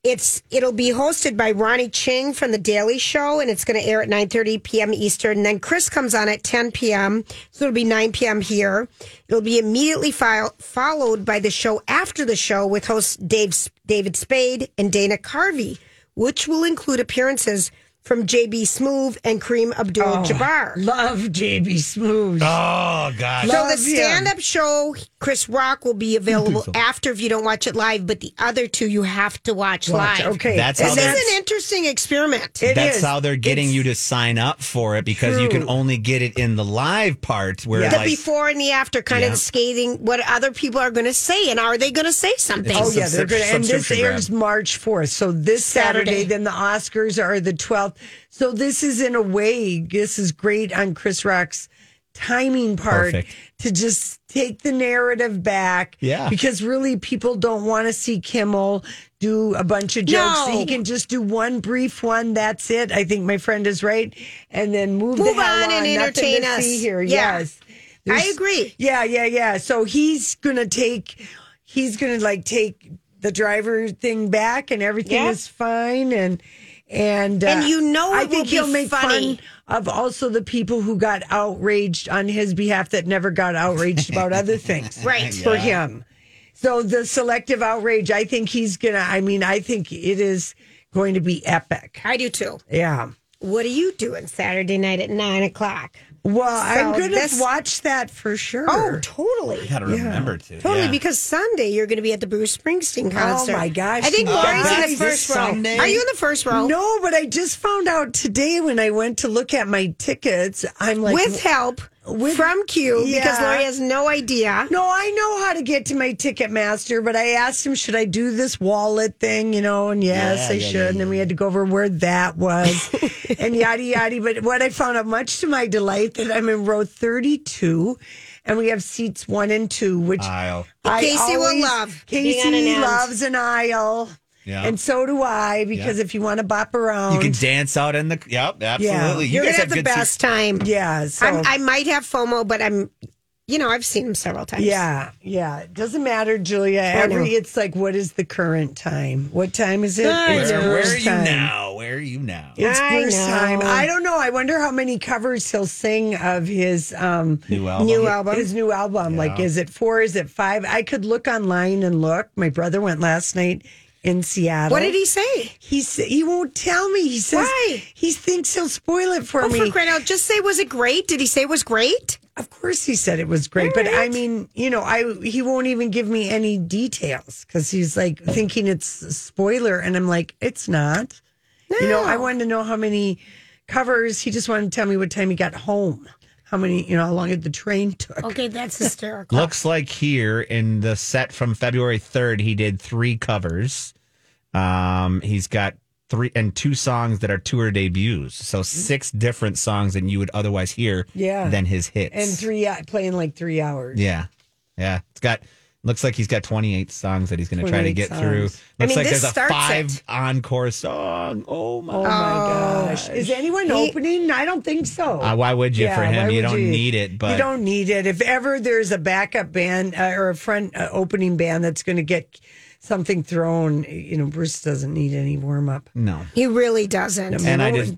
[SPEAKER 3] it's it'll be hosted by Ronnie Ching from the Daily Show, and it's going to air at nine thirty p.m. Eastern. And then Chris comes on at ten p.m., so it'll be nine p.m. here. It'll be immediately file, followed by the show after the show with hosts Dave S- David Spade and Dana Carvey, which will include appearances from JB Smoove and Kareem Abdul-Jabbar.
[SPEAKER 1] Oh, love jb smooth
[SPEAKER 2] Oh god.
[SPEAKER 3] So the
[SPEAKER 1] Love him.
[SPEAKER 3] stand up show, Chris Rock, will be available after if you don't watch it live, but the other two you have to watch, live.
[SPEAKER 1] okay
[SPEAKER 2] That's
[SPEAKER 3] This
[SPEAKER 2] how
[SPEAKER 3] is
[SPEAKER 2] they're-
[SPEAKER 3] an interesting experiment.
[SPEAKER 1] It
[SPEAKER 2] that's
[SPEAKER 1] is.
[SPEAKER 2] how they're getting
[SPEAKER 1] It's-
[SPEAKER 2] you to sign up for it because you can
[SPEAKER 1] True.
[SPEAKER 2] only get it in the live part where
[SPEAKER 1] Yeah.
[SPEAKER 3] the
[SPEAKER 2] like
[SPEAKER 3] before and the after, kind
[SPEAKER 2] Yeah.
[SPEAKER 3] of scathing what other people are going to say, and are they going to say something?
[SPEAKER 1] Oh
[SPEAKER 2] It's a
[SPEAKER 1] yeah, they're
[SPEAKER 2] subscrip-
[SPEAKER 1] going to. And this
[SPEAKER 2] subscription
[SPEAKER 1] airs
[SPEAKER 2] grab.
[SPEAKER 1] March fourth, so this Saturday,
[SPEAKER 3] Saturday.
[SPEAKER 1] Then the Oscars are the twelfth. So this is in a way, this is great on Chris Rock's timing part
[SPEAKER 2] Perfect.
[SPEAKER 1] to just take the narrative back.
[SPEAKER 2] Yeah.
[SPEAKER 1] because really people don't want to see Kimmel do a bunch of jokes.
[SPEAKER 3] No.
[SPEAKER 1] He can just do one brief one. That's it. I think my friend is right, and then move, the
[SPEAKER 3] Move
[SPEAKER 1] hell
[SPEAKER 3] on and
[SPEAKER 1] Nothing
[SPEAKER 3] entertain
[SPEAKER 1] to
[SPEAKER 3] us.
[SPEAKER 1] See here,
[SPEAKER 3] Yeah.
[SPEAKER 1] yes.
[SPEAKER 3] I agree.
[SPEAKER 1] Yeah, yeah, yeah. So he's gonna take, he's gonna like take the driver thing back, and everything
[SPEAKER 3] Yeah.
[SPEAKER 1] is fine, and and uh,
[SPEAKER 3] And you know
[SPEAKER 1] I
[SPEAKER 3] it
[SPEAKER 1] think
[SPEAKER 3] will
[SPEAKER 1] he'll
[SPEAKER 3] be
[SPEAKER 1] make
[SPEAKER 3] funny.
[SPEAKER 1] fun of also the people who got outraged on his behalf that never got outraged about other things,
[SPEAKER 3] Right.
[SPEAKER 1] For him, so the selective outrage. I think he's gonna. I mean, I think it is going to be epic.
[SPEAKER 3] I do too.
[SPEAKER 1] Yeah.
[SPEAKER 3] What are you doing Saturday night at nine o'clock?
[SPEAKER 1] Well, I'm
[SPEAKER 3] So
[SPEAKER 1] going
[SPEAKER 3] this-
[SPEAKER 1] to watch that for sure.
[SPEAKER 3] Oh, totally.
[SPEAKER 2] Got to remember to.
[SPEAKER 3] Totally,
[SPEAKER 2] yeah. Oh,
[SPEAKER 3] because Sunday you're going to be at the Bruce Springsteen concert.
[SPEAKER 1] my gosh,
[SPEAKER 3] I think
[SPEAKER 1] you
[SPEAKER 3] Lori's in
[SPEAKER 1] guys.
[SPEAKER 3] the
[SPEAKER 1] This
[SPEAKER 3] first row.
[SPEAKER 2] Sunday?
[SPEAKER 3] Are you in the first row?
[SPEAKER 1] No, but I just found out today when I went to look at my tickets. I'm like,
[SPEAKER 3] with help
[SPEAKER 1] With-
[SPEAKER 3] from Q because
[SPEAKER 1] Yeah.
[SPEAKER 3] Lori has no idea.
[SPEAKER 1] no, I know how to get to my Ticketmaster, but I asked him, should I do this wallet thing? You know, and yes,
[SPEAKER 2] Yeah,
[SPEAKER 1] I
[SPEAKER 2] yeah,
[SPEAKER 1] should.
[SPEAKER 2] yeah,
[SPEAKER 1] and then we had to go over where that was and yada, yada. But what I found out, much to my delight, that I'm in row 32 and we have seats one and two, which
[SPEAKER 2] Aisle.
[SPEAKER 1] I
[SPEAKER 3] Casey will
[SPEAKER 1] always-
[SPEAKER 3] love being on an
[SPEAKER 1] Casey
[SPEAKER 3] end.
[SPEAKER 1] loves an aisle.
[SPEAKER 2] Yeah.
[SPEAKER 1] And so do I, because if you want to bop around,
[SPEAKER 2] You can dance out in the. Yep, absolutely. You
[SPEAKER 3] You're
[SPEAKER 2] guys
[SPEAKER 3] gonna have the
[SPEAKER 2] good se-
[SPEAKER 3] best time.
[SPEAKER 1] Yeah. So,
[SPEAKER 3] I'm, I might have FOMO, but I'm, you know, I've seen him several times.
[SPEAKER 1] yeah, yeah. It doesn't matter, Julia. Every it's like, what is the current time? What time is it?
[SPEAKER 3] I
[SPEAKER 1] It's
[SPEAKER 2] Where, where
[SPEAKER 1] Bruce
[SPEAKER 2] are you
[SPEAKER 1] time.
[SPEAKER 2] now? Where are you now?
[SPEAKER 1] It's
[SPEAKER 3] I
[SPEAKER 1] Bruce
[SPEAKER 3] know.
[SPEAKER 1] time. I don't know. I wonder how many covers he'll sing of his um
[SPEAKER 2] New album.
[SPEAKER 3] New album.
[SPEAKER 1] his new album. Like, is it four? Is it five? I could look online and look. My brother went last night in Seattle.
[SPEAKER 3] What did he say?
[SPEAKER 1] He sa- he won't tell me. He says
[SPEAKER 3] Why?
[SPEAKER 1] he thinks he'll spoil it for
[SPEAKER 3] Oh,
[SPEAKER 1] me.
[SPEAKER 3] for crying out! Just say, was it great? Did he say it was great?
[SPEAKER 1] Of course, he said it was great, but I mean, you know, I he won't even give me any details because he's like thinking it's a spoiler, and I'm like, it's not. You know, I wanted to know how many covers. He just wanted to tell me what time he got home, how many, you know, how long the train took.
[SPEAKER 3] Okay, that's hysterical.
[SPEAKER 2] Looks like here in the set from February 3rd, he did three covers. Um, he's got three and two songs that are tour debuts. So six different songs than you would otherwise hear
[SPEAKER 1] Yeah.
[SPEAKER 2] than his hits.
[SPEAKER 1] and three uh, playing like three hours.
[SPEAKER 2] Yeah. Yeah. It's got looks like he's got 28 songs that he's going to try to
[SPEAKER 1] 28
[SPEAKER 2] get through.
[SPEAKER 1] songs.
[SPEAKER 2] Looks
[SPEAKER 3] I mean,
[SPEAKER 2] like
[SPEAKER 3] this
[SPEAKER 2] there's a
[SPEAKER 3] starts
[SPEAKER 2] five
[SPEAKER 3] it.
[SPEAKER 2] encore song. Oh my.
[SPEAKER 1] Oh my gosh! Is anyone opening? I don't think so.
[SPEAKER 2] Uh, why would you for
[SPEAKER 1] Yeah,
[SPEAKER 2] him?
[SPEAKER 1] why
[SPEAKER 2] You
[SPEAKER 1] would
[SPEAKER 2] don't need it, but
[SPEAKER 1] you don't need it. If ever there's a backup band uh, or a front uh, opening band that's going to get something thrown, you know, Bruce doesn't need any warm up.
[SPEAKER 2] no.
[SPEAKER 3] He really doesn't.
[SPEAKER 2] And I just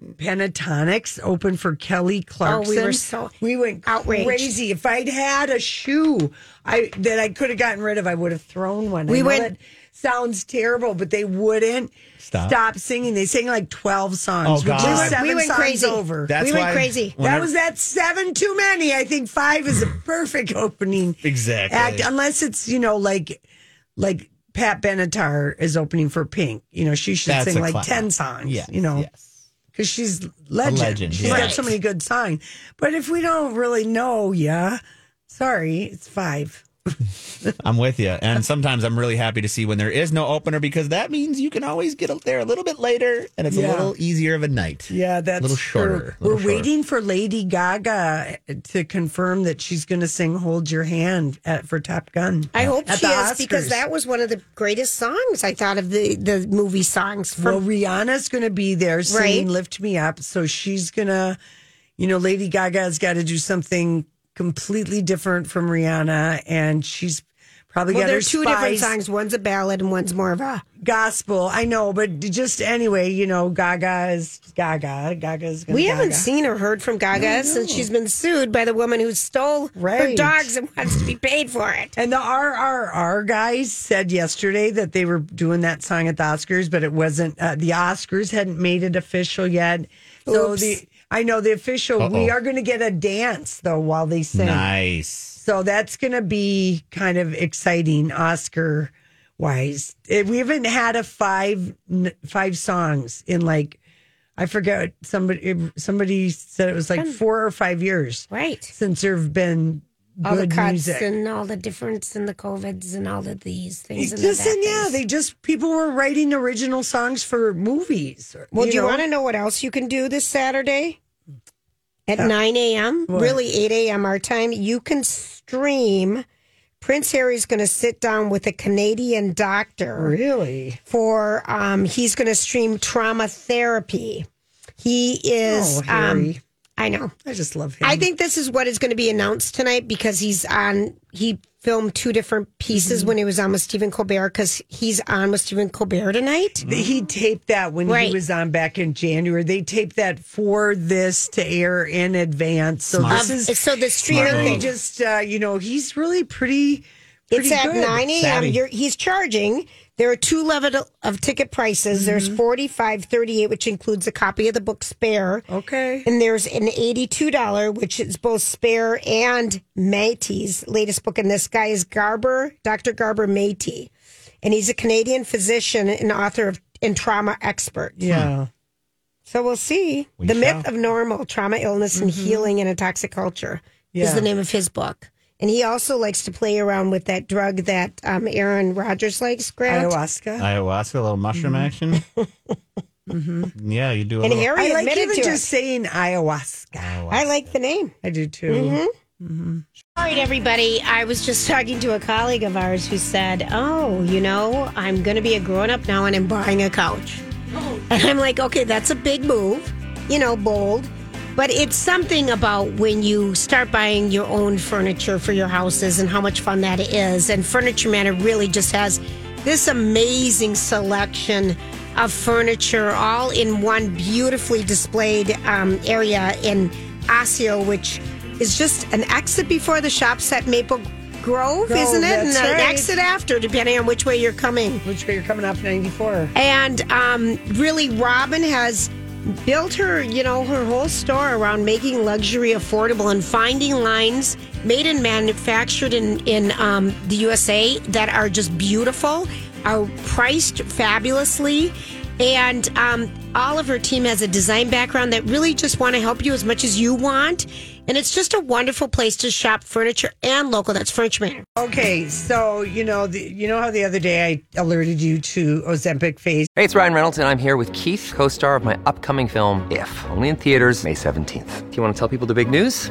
[SPEAKER 1] Pentatonics open for Kelly Clarkson.
[SPEAKER 3] Oh, were so
[SPEAKER 1] we went
[SPEAKER 3] outraged.
[SPEAKER 1] crazy. If I'd had a shoe, I that I could have gotten rid of, I would have thrown one. I
[SPEAKER 3] We
[SPEAKER 1] know
[SPEAKER 3] went-
[SPEAKER 1] that sounds terrible, but they wouldn't
[SPEAKER 2] Stop.
[SPEAKER 1] singing. They sang like twelve songs.
[SPEAKER 2] Oh,
[SPEAKER 1] which is
[SPEAKER 2] God. We went-
[SPEAKER 1] seven
[SPEAKER 3] we went
[SPEAKER 1] songs
[SPEAKER 3] crazy.
[SPEAKER 1] over.
[SPEAKER 2] That's
[SPEAKER 3] We went
[SPEAKER 2] why
[SPEAKER 3] crazy. That
[SPEAKER 1] That was that seven too many. I think five is a perfect opening
[SPEAKER 2] Exactly.
[SPEAKER 1] act, unless it's you know like like Pat Benatar is opening for Pink. You know she should
[SPEAKER 2] That's
[SPEAKER 1] sing
[SPEAKER 2] a
[SPEAKER 1] like
[SPEAKER 2] cla-
[SPEAKER 1] ten songs.
[SPEAKER 2] Yes,
[SPEAKER 1] You know
[SPEAKER 2] yes.
[SPEAKER 1] because she's legend.
[SPEAKER 2] legend,
[SPEAKER 1] She's
[SPEAKER 2] yeah.
[SPEAKER 1] got so many good songs. But if we don't really know, yeah, sorry, it's five.
[SPEAKER 2] I'm with you. And sometimes I'm really happy to see when there is no opener because that means you can always get up there a little bit later and it's
[SPEAKER 1] Yeah.
[SPEAKER 2] a little easier of a night.
[SPEAKER 1] Yeah, that's
[SPEAKER 2] a little shorter.
[SPEAKER 1] true.
[SPEAKER 2] a little
[SPEAKER 1] We're
[SPEAKER 2] shorter.
[SPEAKER 1] waiting for Lady Gaga to confirm that she's going to sing "Hold Your Hand" at, for Top Gun.
[SPEAKER 3] I hope
[SPEAKER 1] At
[SPEAKER 3] she
[SPEAKER 1] the
[SPEAKER 3] is because
[SPEAKER 1] Oscars.
[SPEAKER 3] that was one of the greatest songs I thought of the the movie songs
[SPEAKER 1] Well,
[SPEAKER 3] from.
[SPEAKER 1] Rihanna's going to be there singing
[SPEAKER 3] Right.
[SPEAKER 1] "Lift Me Up," so she's gonna, you know, Lady Gaga's got to do something completely different from Rihanna, and she's probably
[SPEAKER 3] Well,
[SPEAKER 1] got
[SPEAKER 3] there
[SPEAKER 1] her
[SPEAKER 3] are two different
[SPEAKER 1] spice
[SPEAKER 3] songs. One's a ballad and one's more of a.
[SPEAKER 1] gospel. I know, but just anyway, you know, Gaga is Gaga. Gaga's. Gonna
[SPEAKER 3] We
[SPEAKER 1] Gaga.
[SPEAKER 3] haven't seen or heard from Gaga since she's been sued by the woman who stole her
[SPEAKER 1] Right.
[SPEAKER 3] dogs and wants to be paid for it.
[SPEAKER 1] And the RRR guys said yesterday that they were doing that song at the Oscars, but it wasn't. Uh, the Oscars hadn't made it official yet. So
[SPEAKER 3] Oops.
[SPEAKER 1] the I know the official. We
[SPEAKER 2] Uh-oh.
[SPEAKER 1] are going to get a dance though while they sing.
[SPEAKER 2] Nice.
[SPEAKER 1] So that's going to be kind of exciting Oscar wise. We haven't had a five n- five songs in like I forget somebody eh, somebody said it was like four or five years
[SPEAKER 3] Right.
[SPEAKER 1] since there've been
[SPEAKER 3] All
[SPEAKER 1] good
[SPEAKER 3] the cuts
[SPEAKER 1] music.
[SPEAKER 3] and all the difference and the COVIDs and all of these things.
[SPEAKER 1] It's
[SPEAKER 3] the
[SPEAKER 1] just
[SPEAKER 3] bad
[SPEAKER 1] and yeah,
[SPEAKER 3] things.
[SPEAKER 1] they just people were writing original songs for movies.
[SPEAKER 3] Well, do you
[SPEAKER 1] know?
[SPEAKER 3] want to know what else you can do this Saturday at 9 a.m.? Really, 8 a.m. our time. You can stream. Prince Harry's going to sit down with a Canadian doctor
[SPEAKER 1] really?
[SPEAKER 3] for, um, he's going to stream trauma therapy. He is
[SPEAKER 1] Oh, Harry.
[SPEAKER 3] um, I know.
[SPEAKER 1] I just love him.
[SPEAKER 3] I think this is what is going to be announced tonight because he's on. He filmed two different pieces when he was on with Stephen Colbert because he's on with Stephen Colbert tonight.
[SPEAKER 1] They- he taped that when
[SPEAKER 3] Right.
[SPEAKER 1] he was on back in January. They taped that for this to air in advance. So
[SPEAKER 3] Of-
[SPEAKER 1] this is
[SPEAKER 3] Um, so the streamer
[SPEAKER 2] Smart
[SPEAKER 1] really
[SPEAKER 3] thing.
[SPEAKER 2] move.
[SPEAKER 1] just uh, you know he's really pretty. pretty
[SPEAKER 3] It's at
[SPEAKER 1] good.
[SPEAKER 3] 9 a.m.
[SPEAKER 2] Savvy.
[SPEAKER 3] You're, he's charging. There are two level of ticket prices. There's
[SPEAKER 1] Mm-hmm.
[SPEAKER 3] 45 38 which includes a copy of the book Spare.
[SPEAKER 1] Oh, Okay.
[SPEAKER 3] And there's an $82, which is both Spare and Métis' latest book. And this guy is Garber, Dr. Garber Métis. And he's a Canadian physician and author of, and trauma expert.
[SPEAKER 1] Yeah.
[SPEAKER 3] So we'll see.
[SPEAKER 2] We
[SPEAKER 3] the
[SPEAKER 2] shall.
[SPEAKER 3] Myth of Normal Trauma, Illness, and Healing in a Toxic Culture is
[SPEAKER 1] Mm-hmm. Yeah.
[SPEAKER 3] the name of his book. And he also likes to play around with that drug that um, Aaron Rodgers likes, Grant.
[SPEAKER 1] Ayahuasca.
[SPEAKER 2] Ayahuasca, a little mushroom
[SPEAKER 1] Mm-hmm.
[SPEAKER 2] action. Yeah, you do. A
[SPEAKER 3] And
[SPEAKER 2] little,
[SPEAKER 3] Harry
[SPEAKER 1] I like
[SPEAKER 3] admitted
[SPEAKER 1] even
[SPEAKER 3] to
[SPEAKER 1] just
[SPEAKER 3] it.
[SPEAKER 1] saying ayahuasca.
[SPEAKER 3] I like the name.
[SPEAKER 1] I do too.
[SPEAKER 3] Mm-hmm. All right, everybody. I was just talking to a colleague of ours who said, Oh, you know, I'm going to be a grown up now and I'm buying a couch. And I'm like, Okay, that's a big move, you know, bold. But it's something about when you start buying your own furniture for your houses and how much fun that is. And Furniture Manor really just has this amazing selection of furniture all in one beautifully displayed um, area in Osseo, which is just an exit before the shops at Maple Grove,
[SPEAKER 1] Grove,
[SPEAKER 3] isn't it? And
[SPEAKER 1] that's
[SPEAKER 3] an
[SPEAKER 1] right.
[SPEAKER 3] exit after, depending on which way you're coming.
[SPEAKER 1] Which way you're coming off 94?
[SPEAKER 3] And um, really, Robin has built her, you know, her whole store around making luxury affordable and finding lines made and manufactured in in um, the USA that are just beautiful, are priced fabulously, and um, all of her team has a design background that really just want to help you as much as you want. And it's just a wonderful place to shop furniture and local. That's Furniture Manor.
[SPEAKER 1] Okay, so you know the, you know how the other day I alerted you to Ozempic face.
[SPEAKER 7] Hey, it's Ryan Reynolds, and I'm here with Keith, co star of my upcoming film, If, only in theaters, May 17th. Do you want to tell people the big news?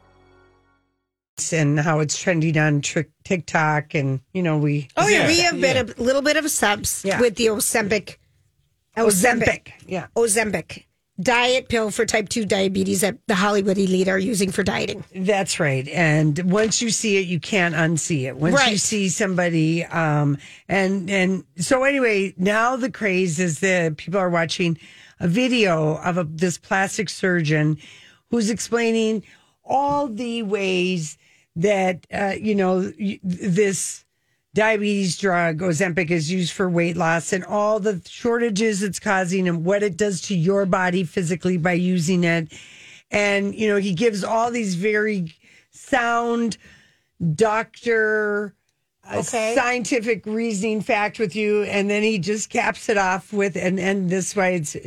[SPEAKER 1] and how it's trending on trick, TikTok, and you know we
[SPEAKER 3] Oh yeah, we have been a little bit of a subs
[SPEAKER 1] Yeah.
[SPEAKER 3] with the Ozempic.
[SPEAKER 1] Ozempic. Yeah.
[SPEAKER 3] Ozempic diet pill for type 2 diabetes that the Hollywood elite are using for dieting.
[SPEAKER 1] That's right. And once you see it, you can't unsee it. Once you
[SPEAKER 3] Right.
[SPEAKER 1] see somebody, um, and and so anyway, now the craze is that people are watching a video of a, this plastic surgeon who's explaining all the ways that uh, you know y- this diabetes drug Ozempic is used for weight loss and all the shortages it's causing and what it does to your body physically by using it. And you know, he gives all these very sound doctor uh,
[SPEAKER 3] Okay.
[SPEAKER 1] scientific reasoning fact with you and then he just caps it off with and and this way it's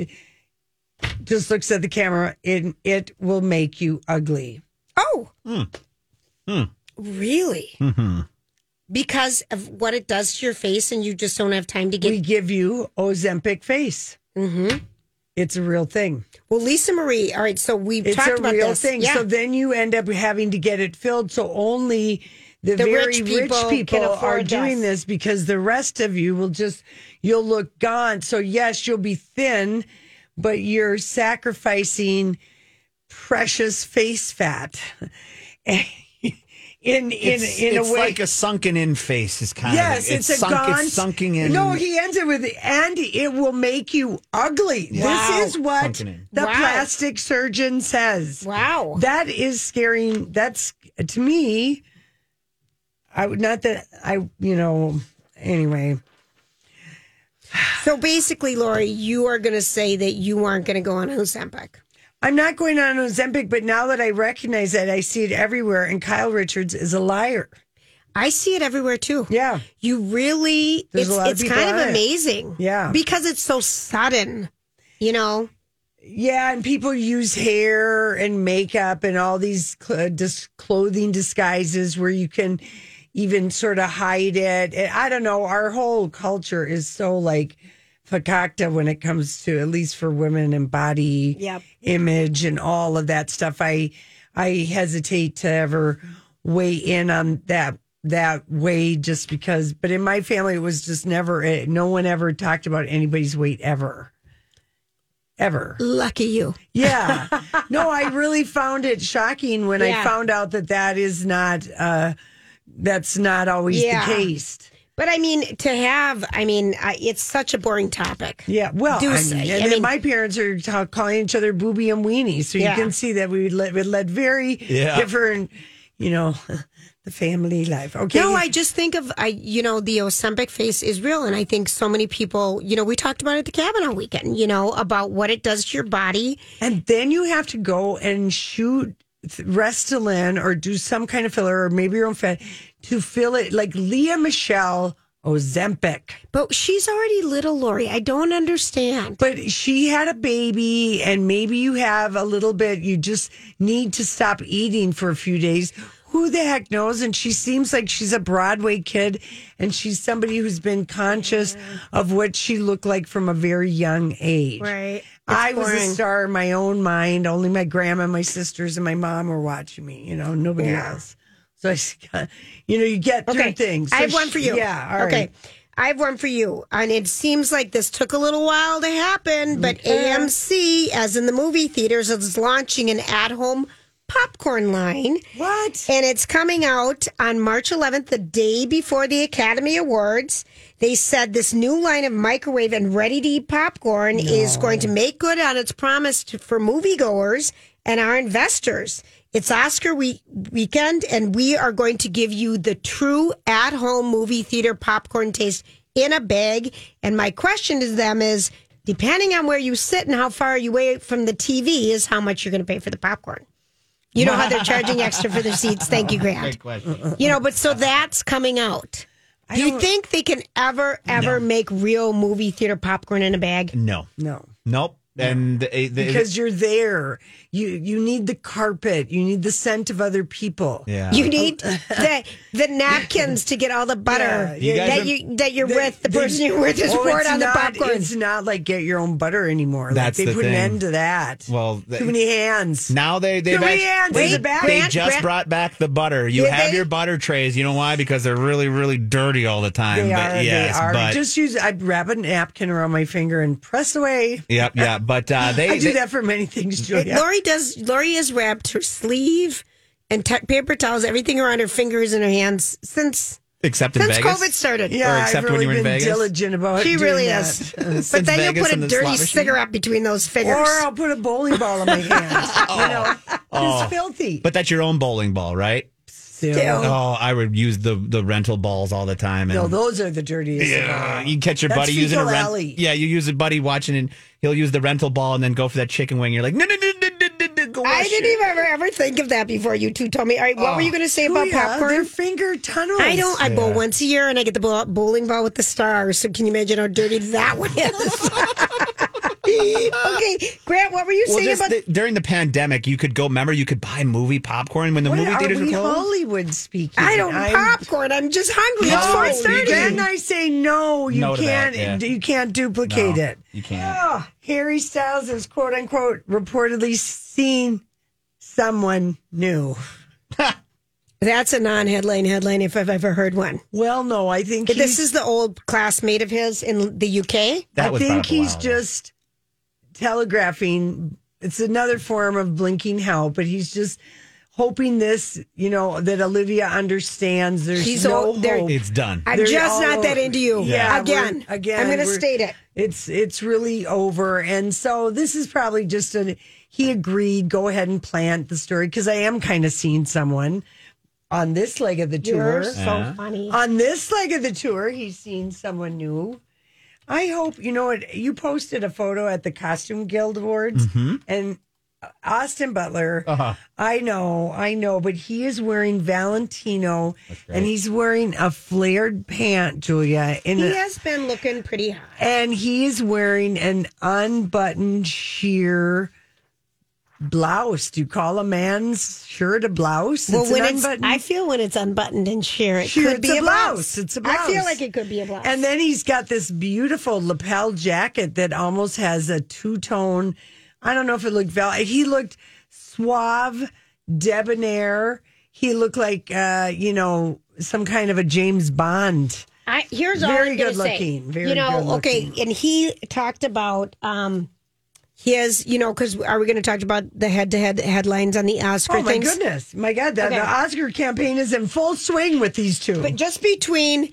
[SPEAKER 1] just looks at the camera and it will make you ugly.
[SPEAKER 3] Oh. Really?
[SPEAKER 1] Mm-hmm.
[SPEAKER 3] Because of what it does to your face and you just don't have time to get
[SPEAKER 1] we give you Ozempic face. It's a real thing.
[SPEAKER 3] Well, Lisa Marie, all right, so we've
[SPEAKER 1] It's
[SPEAKER 3] talked
[SPEAKER 1] a
[SPEAKER 3] about
[SPEAKER 1] real
[SPEAKER 3] this.
[SPEAKER 1] thing.
[SPEAKER 3] Yeah.
[SPEAKER 1] So then you end up having to get it filled. So only the,
[SPEAKER 3] The
[SPEAKER 1] very
[SPEAKER 3] rich
[SPEAKER 1] rich
[SPEAKER 3] people
[SPEAKER 1] people,
[SPEAKER 3] can
[SPEAKER 1] are
[SPEAKER 3] afford
[SPEAKER 1] doing
[SPEAKER 3] this.
[SPEAKER 1] this because the rest of you will just you'll look gaunt. So yes, you'll be thin, but you're sacrificing precious face fat. in in
[SPEAKER 2] it's,
[SPEAKER 1] in
[SPEAKER 2] it's
[SPEAKER 1] a way
[SPEAKER 2] like a sunken in face is kind
[SPEAKER 1] Yes,
[SPEAKER 2] of it.
[SPEAKER 1] it's, a
[SPEAKER 2] sunk,
[SPEAKER 1] gaunt.
[SPEAKER 2] It's sunken in.
[SPEAKER 1] No, he ends it with, and it will make you ugly.
[SPEAKER 3] Wow.
[SPEAKER 1] This is what
[SPEAKER 2] Sunken in.
[SPEAKER 1] the
[SPEAKER 3] Wow.
[SPEAKER 1] plastic surgeon says.
[SPEAKER 3] wow.
[SPEAKER 1] That is scaring. That's to me. I would not that I you know anyway.
[SPEAKER 3] So basically, Lori, you are going to say that you aren't going to go on Ozempic.
[SPEAKER 1] I'm not going on Ozempic, but now that I recognize that, I see it everywhere. And Kyle Richards is a liar.
[SPEAKER 3] I see it everywhere too.
[SPEAKER 1] Yeah.
[SPEAKER 3] You really,
[SPEAKER 1] There's a
[SPEAKER 3] it's,
[SPEAKER 1] lot of
[SPEAKER 3] it's
[SPEAKER 1] people
[SPEAKER 3] kind
[SPEAKER 1] on
[SPEAKER 3] of
[SPEAKER 1] it.
[SPEAKER 3] amazing.
[SPEAKER 1] Yeah.
[SPEAKER 3] Because it's so sudden, you know?
[SPEAKER 1] Yeah, and people use hair and makeup and all these cl- uh, dis- clothing disguises where you can even sort of hide it. And I don't know. Our whole culture is so like fakakta when it comes to at least for women and body
[SPEAKER 3] Yep.
[SPEAKER 1] image and all of that stuff. I I hesitate to ever weigh in on that that way just because. But in my family, it was just never. eh, No one ever talked about anybody's weight ever. Ever.
[SPEAKER 3] Lucky you.
[SPEAKER 1] Yeah. No, I really found it shocking when I
[SPEAKER 3] Yeah.
[SPEAKER 1] found out that that is not uh that's not always
[SPEAKER 3] Yeah.
[SPEAKER 1] the case.
[SPEAKER 3] But I mean, to have, I mean, I, it's such a boring topic.
[SPEAKER 1] Yeah. Well,
[SPEAKER 3] Do
[SPEAKER 1] I mean,
[SPEAKER 3] say-
[SPEAKER 1] and
[SPEAKER 3] I
[SPEAKER 1] then
[SPEAKER 3] mean-
[SPEAKER 1] my parents are ta- calling each other booby and weenie, so
[SPEAKER 3] Yeah.
[SPEAKER 1] you can see that we led, we led very
[SPEAKER 3] Yeah.
[SPEAKER 1] different, you know, the family life. Okay.
[SPEAKER 3] No, I just think of I, you know, the Ozempic face is real, and I think so many people, you know, we talked about it at the cabin on weekend, you know, about what it does to your body.
[SPEAKER 1] And then you have to go and shoot th- Restylane or do some kind of filler or maybe your own fat to fill it like Leah Michelle Ozempic.
[SPEAKER 3] But she's already little, Lori. I don't understand.
[SPEAKER 1] But she had a baby, and maybe you have a little bit, you just need to stop eating for a few days. Who the heck knows? And she seems like she's a Broadway kid, and she's somebody who's been conscious of what she looked like from a very young age.
[SPEAKER 3] Right.
[SPEAKER 1] I
[SPEAKER 3] It's
[SPEAKER 1] was a
[SPEAKER 3] boring.
[SPEAKER 1] star in my own mind. Only my grandma, my sisters, and my mom were watching me, you know, nobody else. So I, just got- you know, you get through things. So
[SPEAKER 3] I have one
[SPEAKER 1] she-
[SPEAKER 3] for you.
[SPEAKER 1] Yeah. all
[SPEAKER 3] okay.
[SPEAKER 1] right.
[SPEAKER 3] I have one for you. And it seems like this took a little while to
[SPEAKER 1] Mm-hmm.
[SPEAKER 3] happen, but AMC, as in the movie theaters, is launching an at home popcorn line.
[SPEAKER 1] What?
[SPEAKER 3] And it's coming out on March 11th, the day before the Academy Awards. They said this new line of microwave and ready to eat popcorn is going to make good on its promise to, for moviegoers and our investors. It's Oscar week, weekend, and we are going to give you the true at home movie theater popcorn taste in a bag. And my question to them is depending on where you sit and how far you away from the TV, is how much you're going to pay for the popcorn. You know how they're charging extra for their seats. Thank you, Grant.
[SPEAKER 2] Great
[SPEAKER 1] Uh-uh.
[SPEAKER 2] question.
[SPEAKER 3] You know, but so that's coming out. Do you
[SPEAKER 1] don't-
[SPEAKER 3] think they can ever, ever make real movie theater popcorn in a bag?
[SPEAKER 2] No.
[SPEAKER 1] No.
[SPEAKER 2] Nope. And they, they-
[SPEAKER 1] because you're there. You you need the carpet. You need the scent of other people.
[SPEAKER 2] yeah.
[SPEAKER 3] You need the the napkins to get all the butter
[SPEAKER 2] You guys
[SPEAKER 3] that
[SPEAKER 2] are-
[SPEAKER 3] you that you're
[SPEAKER 1] They-
[SPEAKER 3] with. The
[SPEAKER 1] they-
[SPEAKER 3] person you're with is
[SPEAKER 1] Oh,
[SPEAKER 3] poured
[SPEAKER 1] it's
[SPEAKER 3] on
[SPEAKER 1] not,
[SPEAKER 3] the popcorn.
[SPEAKER 1] It's not like get your own butter anymore. Like,
[SPEAKER 2] That's
[SPEAKER 1] they
[SPEAKER 2] the
[SPEAKER 1] put
[SPEAKER 2] thing.
[SPEAKER 1] an end to that.
[SPEAKER 2] well, they-
[SPEAKER 1] Too many hands.
[SPEAKER 2] now they they've
[SPEAKER 1] Three
[SPEAKER 2] act-
[SPEAKER 1] hands
[SPEAKER 2] they,
[SPEAKER 1] in the back.
[SPEAKER 2] they
[SPEAKER 3] Grant,
[SPEAKER 2] just
[SPEAKER 3] Grant.
[SPEAKER 2] brought back the butter. You
[SPEAKER 3] Did
[SPEAKER 2] have
[SPEAKER 3] they?
[SPEAKER 2] your butter trays. You know why? Because they're really really dirty all the time.
[SPEAKER 1] They
[SPEAKER 2] but
[SPEAKER 1] are.
[SPEAKER 2] yes,
[SPEAKER 1] they are.
[SPEAKER 2] but
[SPEAKER 1] Just use. I wrap a napkin around my finger and press away.
[SPEAKER 2] yep, yeah. But uh, they
[SPEAKER 1] I do
[SPEAKER 2] they-
[SPEAKER 1] that for many things, Julia.
[SPEAKER 3] Lori does. Lori has wrapped her sleeve and t- paper towels, everything around her fingers and her hands since
[SPEAKER 2] except in
[SPEAKER 3] since
[SPEAKER 2] Vegas.
[SPEAKER 3] COVID started.
[SPEAKER 2] Or
[SPEAKER 1] yeah, I've
[SPEAKER 2] except when
[SPEAKER 1] really
[SPEAKER 2] you were in
[SPEAKER 1] been
[SPEAKER 2] Vegas?
[SPEAKER 1] diligent about.
[SPEAKER 3] She
[SPEAKER 1] doing
[SPEAKER 3] really
[SPEAKER 1] that. Uh,
[SPEAKER 3] is.
[SPEAKER 2] Since
[SPEAKER 3] But then
[SPEAKER 2] Vegas
[SPEAKER 3] you'll put
[SPEAKER 2] and
[SPEAKER 3] a
[SPEAKER 2] the
[SPEAKER 3] dirty
[SPEAKER 2] slot machine?
[SPEAKER 3] cigarette between those fingers.
[SPEAKER 1] Or I'll put a bowling ball in my hand. You know, it's filthy.
[SPEAKER 2] Oh. But that's your own bowling ball, right?
[SPEAKER 1] Still.
[SPEAKER 2] Oh, I would use the the rental balls all the time. And
[SPEAKER 1] No, those are the dirtiest. of all.
[SPEAKER 2] yeah, you catch your
[SPEAKER 1] That's
[SPEAKER 2] buddy using a
[SPEAKER 1] fecal
[SPEAKER 2] rent.
[SPEAKER 1] alley.
[SPEAKER 2] Yeah, you use a buddy watching, and he'll use the rental ball, and then go for that chicken wing. You're like, no, no, no, no, no, no, no, go
[SPEAKER 3] I
[SPEAKER 2] wash
[SPEAKER 3] didn't
[SPEAKER 2] it."
[SPEAKER 3] even ever, ever think of that before you two told me. All right, what were you going to say about
[SPEAKER 1] Oh, yeah, Their
[SPEAKER 3] popcorn?
[SPEAKER 1] finger tunnels.
[SPEAKER 3] I don't. I bowl once a year, and I get the bowl, bowling ball with the stars. So can you imagine how dirty that one is? okay, Grant, what were you
[SPEAKER 2] Well,
[SPEAKER 3] saying
[SPEAKER 2] just
[SPEAKER 3] about?
[SPEAKER 2] the- during the pandemic, you could go. Remember, you could buy movie popcorn when the
[SPEAKER 1] What
[SPEAKER 2] movie
[SPEAKER 1] are
[SPEAKER 2] theaters
[SPEAKER 1] we
[SPEAKER 2] were closed.
[SPEAKER 1] Hollywood speaking?
[SPEAKER 3] I don't
[SPEAKER 1] I'm-
[SPEAKER 3] popcorn. I'm just hungry.
[SPEAKER 1] No,
[SPEAKER 3] it's four thirty.
[SPEAKER 1] Then I say no. You
[SPEAKER 2] No to that,
[SPEAKER 1] can't.
[SPEAKER 2] yeah.
[SPEAKER 1] You can't duplicate
[SPEAKER 2] No,
[SPEAKER 1] it.
[SPEAKER 2] you can't.
[SPEAKER 1] Oh, Harry Styles is quote unquote reportedly seen someone new.
[SPEAKER 3] That's a non-headline headline if I've ever heard one.
[SPEAKER 1] Well, no, I think
[SPEAKER 3] This
[SPEAKER 1] he's-
[SPEAKER 3] is the old classmate of his in the UK.
[SPEAKER 2] That
[SPEAKER 1] I
[SPEAKER 2] was brought
[SPEAKER 1] think
[SPEAKER 2] up a
[SPEAKER 1] he's
[SPEAKER 2] while ago.
[SPEAKER 1] just telegraphing. It's another form of blinking help, but he's just hoping this, you know, that Olivia understands. There's
[SPEAKER 3] He's
[SPEAKER 1] no
[SPEAKER 3] all- they're-
[SPEAKER 1] hope.
[SPEAKER 2] It's done.
[SPEAKER 3] I'm
[SPEAKER 1] They're
[SPEAKER 3] just
[SPEAKER 1] all
[SPEAKER 3] not that
[SPEAKER 1] over.
[SPEAKER 3] into you.
[SPEAKER 1] Yeah,
[SPEAKER 3] again,
[SPEAKER 1] we're- again,
[SPEAKER 3] I'm going to
[SPEAKER 1] we're-
[SPEAKER 3] state it.
[SPEAKER 1] It's it's really over, and so this is probably just an. He agreed. Go ahead and plant the story because I am kind of seeing someone on this leg of the tour.
[SPEAKER 3] Uh-huh. You're so funny.
[SPEAKER 1] On this leg of the tour, he's seen someone new. I hope you know what you posted a photo at the Costume Guild Awards
[SPEAKER 8] Mhm.
[SPEAKER 1] and uh, Austin Butler.
[SPEAKER 8] Uh-huh.
[SPEAKER 1] I know, I know, but he is wearing Valentino
[SPEAKER 8] great.
[SPEAKER 1] and he's wearing a flared pant, Julia. In
[SPEAKER 3] he
[SPEAKER 1] a-
[SPEAKER 3] has been looking pretty hot.
[SPEAKER 1] and he is wearing an unbuttoned sheer blouse. Do you call a man's shirt a blouse?
[SPEAKER 3] Well, when
[SPEAKER 1] an
[SPEAKER 3] it's, I feel when it's unbuttoned and sheer, it
[SPEAKER 1] Sheer,
[SPEAKER 3] could
[SPEAKER 1] it's
[SPEAKER 3] be
[SPEAKER 1] a
[SPEAKER 3] a
[SPEAKER 1] blouse. It's a
[SPEAKER 3] I feel
[SPEAKER 1] blouse.
[SPEAKER 3] like it could be a blouse.
[SPEAKER 1] And then he's got this beautiful lapel jacket that almost has a two tone. I don't know if it looked val. He looked suave, debonair. He looked like uh, you know some kind of a James Bond.
[SPEAKER 3] I, here's all
[SPEAKER 1] Very
[SPEAKER 3] I'm gonna
[SPEAKER 1] good
[SPEAKER 3] say.
[SPEAKER 1] looking, very
[SPEAKER 3] you know,
[SPEAKER 1] good
[SPEAKER 3] okay, and he talked about um his, you know, because are we going to talk about the head-to-head headlines on the Oscar
[SPEAKER 1] Oh my
[SPEAKER 3] things?
[SPEAKER 1] goodness, my God! The,
[SPEAKER 3] Okay.
[SPEAKER 1] the Oscar campaign is in full swing with these two.
[SPEAKER 3] But just between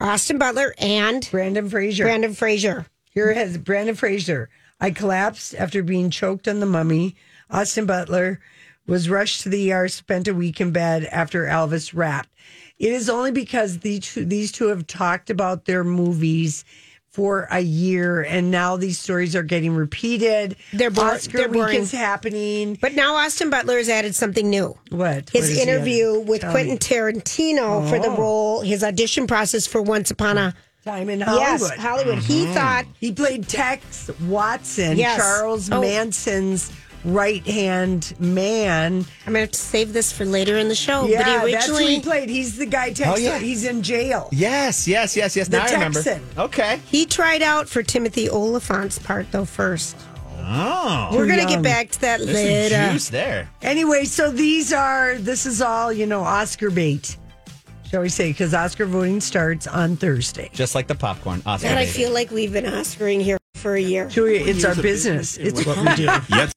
[SPEAKER 3] Austin Butler and
[SPEAKER 1] Brandon Fraser.
[SPEAKER 3] Brandon Fraser.
[SPEAKER 1] Here has Brandon Fraser. I collapsed after being choked on the mummy. Austin Butler was rushed to the ER, spent a week in bed after Elvis rapped. It is only because the two, these two have talked about their movies for a year, and now these stories are getting repeated.
[SPEAKER 3] They're bor-
[SPEAKER 1] Oscar
[SPEAKER 3] they're
[SPEAKER 1] week
[SPEAKER 3] boring.
[SPEAKER 1] is happening.
[SPEAKER 3] But now Austin Butler has added something new.
[SPEAKER 1] What What is
[SPEAKER 3] His
[SPEAKER 1] the other-
[SPEAKER 3] interview with
[SPEAKER 1] Tell me.
[SPEAKER 3] Quentin Tarantino for the
[SPEAKER 1] Oh.
[SPEAKER 3] role, his audition process for Once Upon a
[SPEAKER 1] Time in Hollywood. Mm-hmm.
[SPEAKER 3] Yes, Hollywood. He thought
[SPEAKER 1] he played Tex Watson,
[SPEAKER 3] Yes.
[SPEAKER 1] Charles
[SPEAKER 3] Oh.
[SPEAKER 1] Manson's right hand man.
[SPEAKER 3] I'm going to have to save this for later in the show.
[SPEAKER 1] Yeah,
[SPEAKER 3] Oh, but he
[SPEAKER 1] that's who
[SPEAKER 3] originally
[SPEAKER 1] he played. He's the guy Tex.
[SPEAKER 2] Oh, yeah.
[SPEAKER 1] He's in jail.
[SPEAKER 2] Yes, yes, yes, yes.
[SPEAKER 1] The
[SPEAKER 2] now I
[SPEAKER 1] Texan.
[SPEAKER 2] remember. Okay.
[SPEAKER 3] He tried out for Timothy Oliphant's part though first.
[SPEAKER 2] Oh.
[SPEAKER 3] We're gonna
[SPEAKER 1] young.
[SPEAKER 3] get back to that
[SPEAKER 2] There's
[SPEAKER 3] later.
[SPEAKER 2] some juice there.
[SPEAKER 1] Anyway, so these are this is all you know Oscar bait, shall we say? Because Oscar voting starts on Thursday.
[SPEAKER 2] Just like the popcorn. Awesome.
[SPEAKER 3] God, I feel like we've been Oscaring here for a year.
[SPEAKER 1] Julia, it's
[SPEAKER 2] Here's
[SPEAKER 1] our
[SPEAKER 2] a
[SPEAKER 1] business.
[SPEAKER 2] business.
[SPEAKER 1] It's what we do.
[SPEAKER 2] Yes.